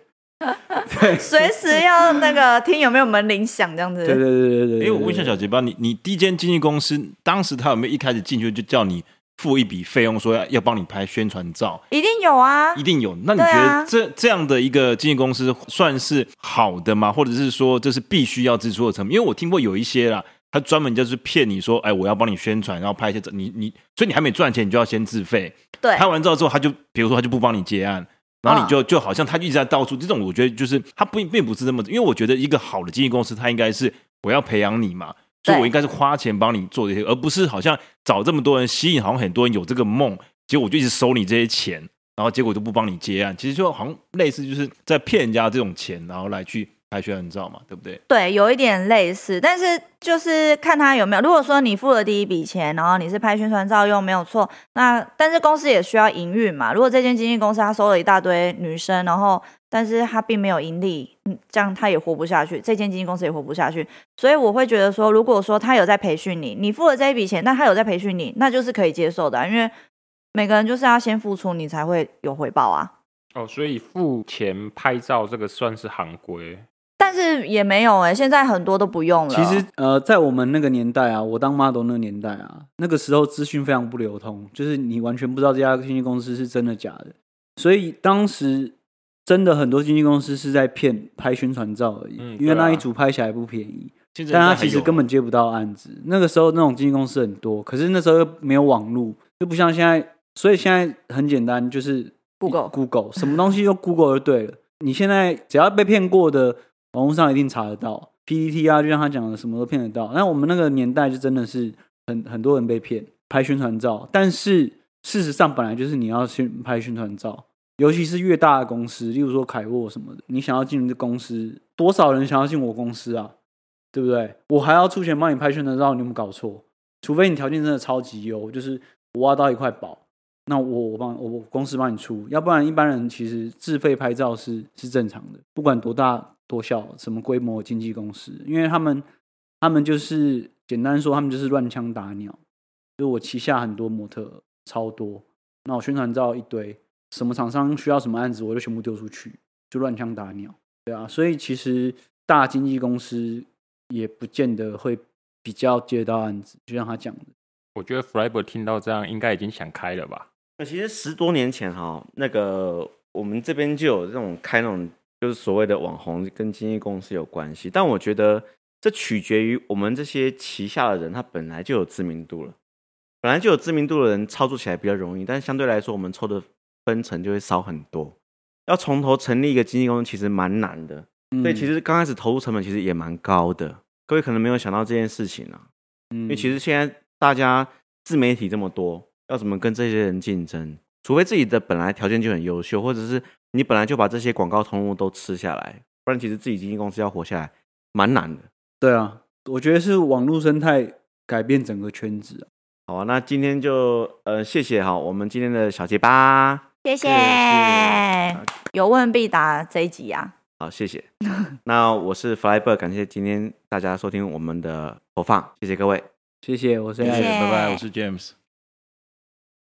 [SPEAKER 4] 随时要那个听有没有门铃响这样子。
[SPEAKER 3] 对对对对对。
[SPEAKER 1] 哎、
[SPEAKER 3] 对
[SPEAKER 1] 我问一下，小杰吧，你你第一间经纪公司当时他有没有一开始进去就叫你付一笔费用，说要要帮你拍宣传照？
[SPEAKER 4] 一定有啊
[SPEAKER 1] 一。定有。那你
[SPEAKER 4] 对
[SPEAKER 1] 觉
[SPEAKER 4] 啊
[SPEAKER 1] 得这、这样的一个经纪公司算是好的吗？或者是说这是必须要支出的成本？因为我听过有一些啦，他专门就是骗你说，哎，我要帮你宣传，然后拍一些照你你，所以你还没赚钱，你就要先自费。
[SPEAKER 4] 对
[SPEAKER 1] 拍完照之后，他就比如说他就不帮你结案。然后你
[SPEAKER 4] 嗯
[SPEAKER 1] 就就好像他一直在到处这种，我觉得就是他并并不是这么，因为我觉得一个好的经纪公司，他应该是我要培养你嘛，所以
[SPEAKER 4] 对
[SPEAKER 1] 我应该是花钱帮你做这些，而不是好像找这么多人吸引，好像很多人有这个梦，结果我就一直收你这些钱，然后结果都不帮你接案，其实就好像类似就是在骗人家这种钱，然后来去拍宣传照嘛，对不对？
[SPEAKER 4] 对，有一点类似，但是就是看他有没有。如果说你付了第一笔钱，然后你是拍宣传照用没有错，那但是公司也需要营运嘛。如果这间经纪公司他收了一大堆女生，然后但是他并没有盈利，嗯，这样他也活不下去，这间经纪公司也活不下去。所以我会觉得说，如果说他有在培训你，你付了这一笔钱，但他有在培训你，那就是可以接受的啊、因为每个人就是要先付出，你才会有回报啊。
[SPEAKER 5] 哦，所以付钱拍照这个算是行规。
[SPEAKER 4] 但是也没有哎、现在很多都不用了。
[SPEAKER 3] 其实呃，在我们那个年代啊，我当 model 那个年代啊，那个时候资讯非常不流通，就是你完全不知道这家经纪公司是真的假的，所以当时真的很多经纪公司是在骗拍宣传照而已，
[SPEAKER 5] 嗯
[SPEAKER 3] 因
[SPEAKER 5] 对啊
[SPEAKER 3] 为那一组拍起来不便宜，
[SPEAKER 1] 现在
[SPEAKER 3] 但他
[SPEAKER 1] 应该还
[SPEAKER 3] 其实
[SPEAKER 1] 有啊
[SPEAKER 3] 根本接不到案子。那个时候那种经纪公司很多，可是那时候又没有网络，就不像现在，所以现在很简单，就是
[SPEAKER 4] Google
[SPEAKER 3] Google 什么东西用 Google 就对了。你现在只要被骗过的，网络上一定查得到，PPT 啊，就像他讲的，什么都骗得到。那我们那个年代就真的是很很多人被骗拍宣传照，但是事实上本来就是你要先拍宣传照，尤其是越大的公司，例如说凯沃什么的，你想要进入这公司，多少人想要进我公司啊？对不对？我还要出钱帮你拍宣传照，你有没有搞错？除非你条件真的超级优，就是我挖到一块宝，那我我帮我我公司帮你出，要不然一般人其实自费拍照是是正常的，不管多大多小，什么规模的经纪公司，因为他们他们就是简单说，他们就是乱枪打鸟，就是我旗下很多模特儿超多，那我宣传照一堆，什么厂商需要什么案子，我就全部丢出去，就乱枪打鸟，对啊，所以其实大经纪公司也不见得会比较接到案子，就像他讲的，
[SPEAKER 5] 我觉得 f r i b e r 听到这样，应该已经想开了吧？
[SPEAKER 2] 那其实十多年前哈，那个我们这边就有这种开那种就是所谓的网红跟经纪公司有关系，但我觉得这取决于我们这些旗下的人，他本来就有知名度了，本来就有知名度的人操作起来比较容易，但相对来说我们抽的分成就会少很多。要从头成立一个经纪公司其实蛮难的，
[SPEAKER 3] 嗯
[SPEAKER 2] 所以其实刚开始投入成本其实也蛮高的。各位可能没有想到这件事情啊，
[SPEAKER 3] 因
[SPEAKER 2] 因为其实现在大家自媒体这么多，要怎么跟这些人竞争？除非自己的本来条件就很优秀，或者是你本来就把这些广告通路都吃下来，不然其实自己经纪公司要活下来蛮难的。
[SPEAKER 3] 对啊，我觉得是网络生态改变整个圈子啊、
[SPEAKER 2] 好啊，那今天就呃谢谢哈，我们今天的小结吧，
[SPEAKER 4] 谢谢
[SPEAKER 2] 是是，
[SPEAKER 4] 有问必答这一集啊，
[SPEAKER 2] 好谢谢。那我是 Flybird，感谢今天大家收听我们的播放，谢谢各位。
[SPEAKER 3] 谢谢，我是
[SPEAKER 4] 谢
[SPEAKER 3] Alex
[SPEAKER 4] 谢
[SPEAKER 1] 拜拜，我是 James。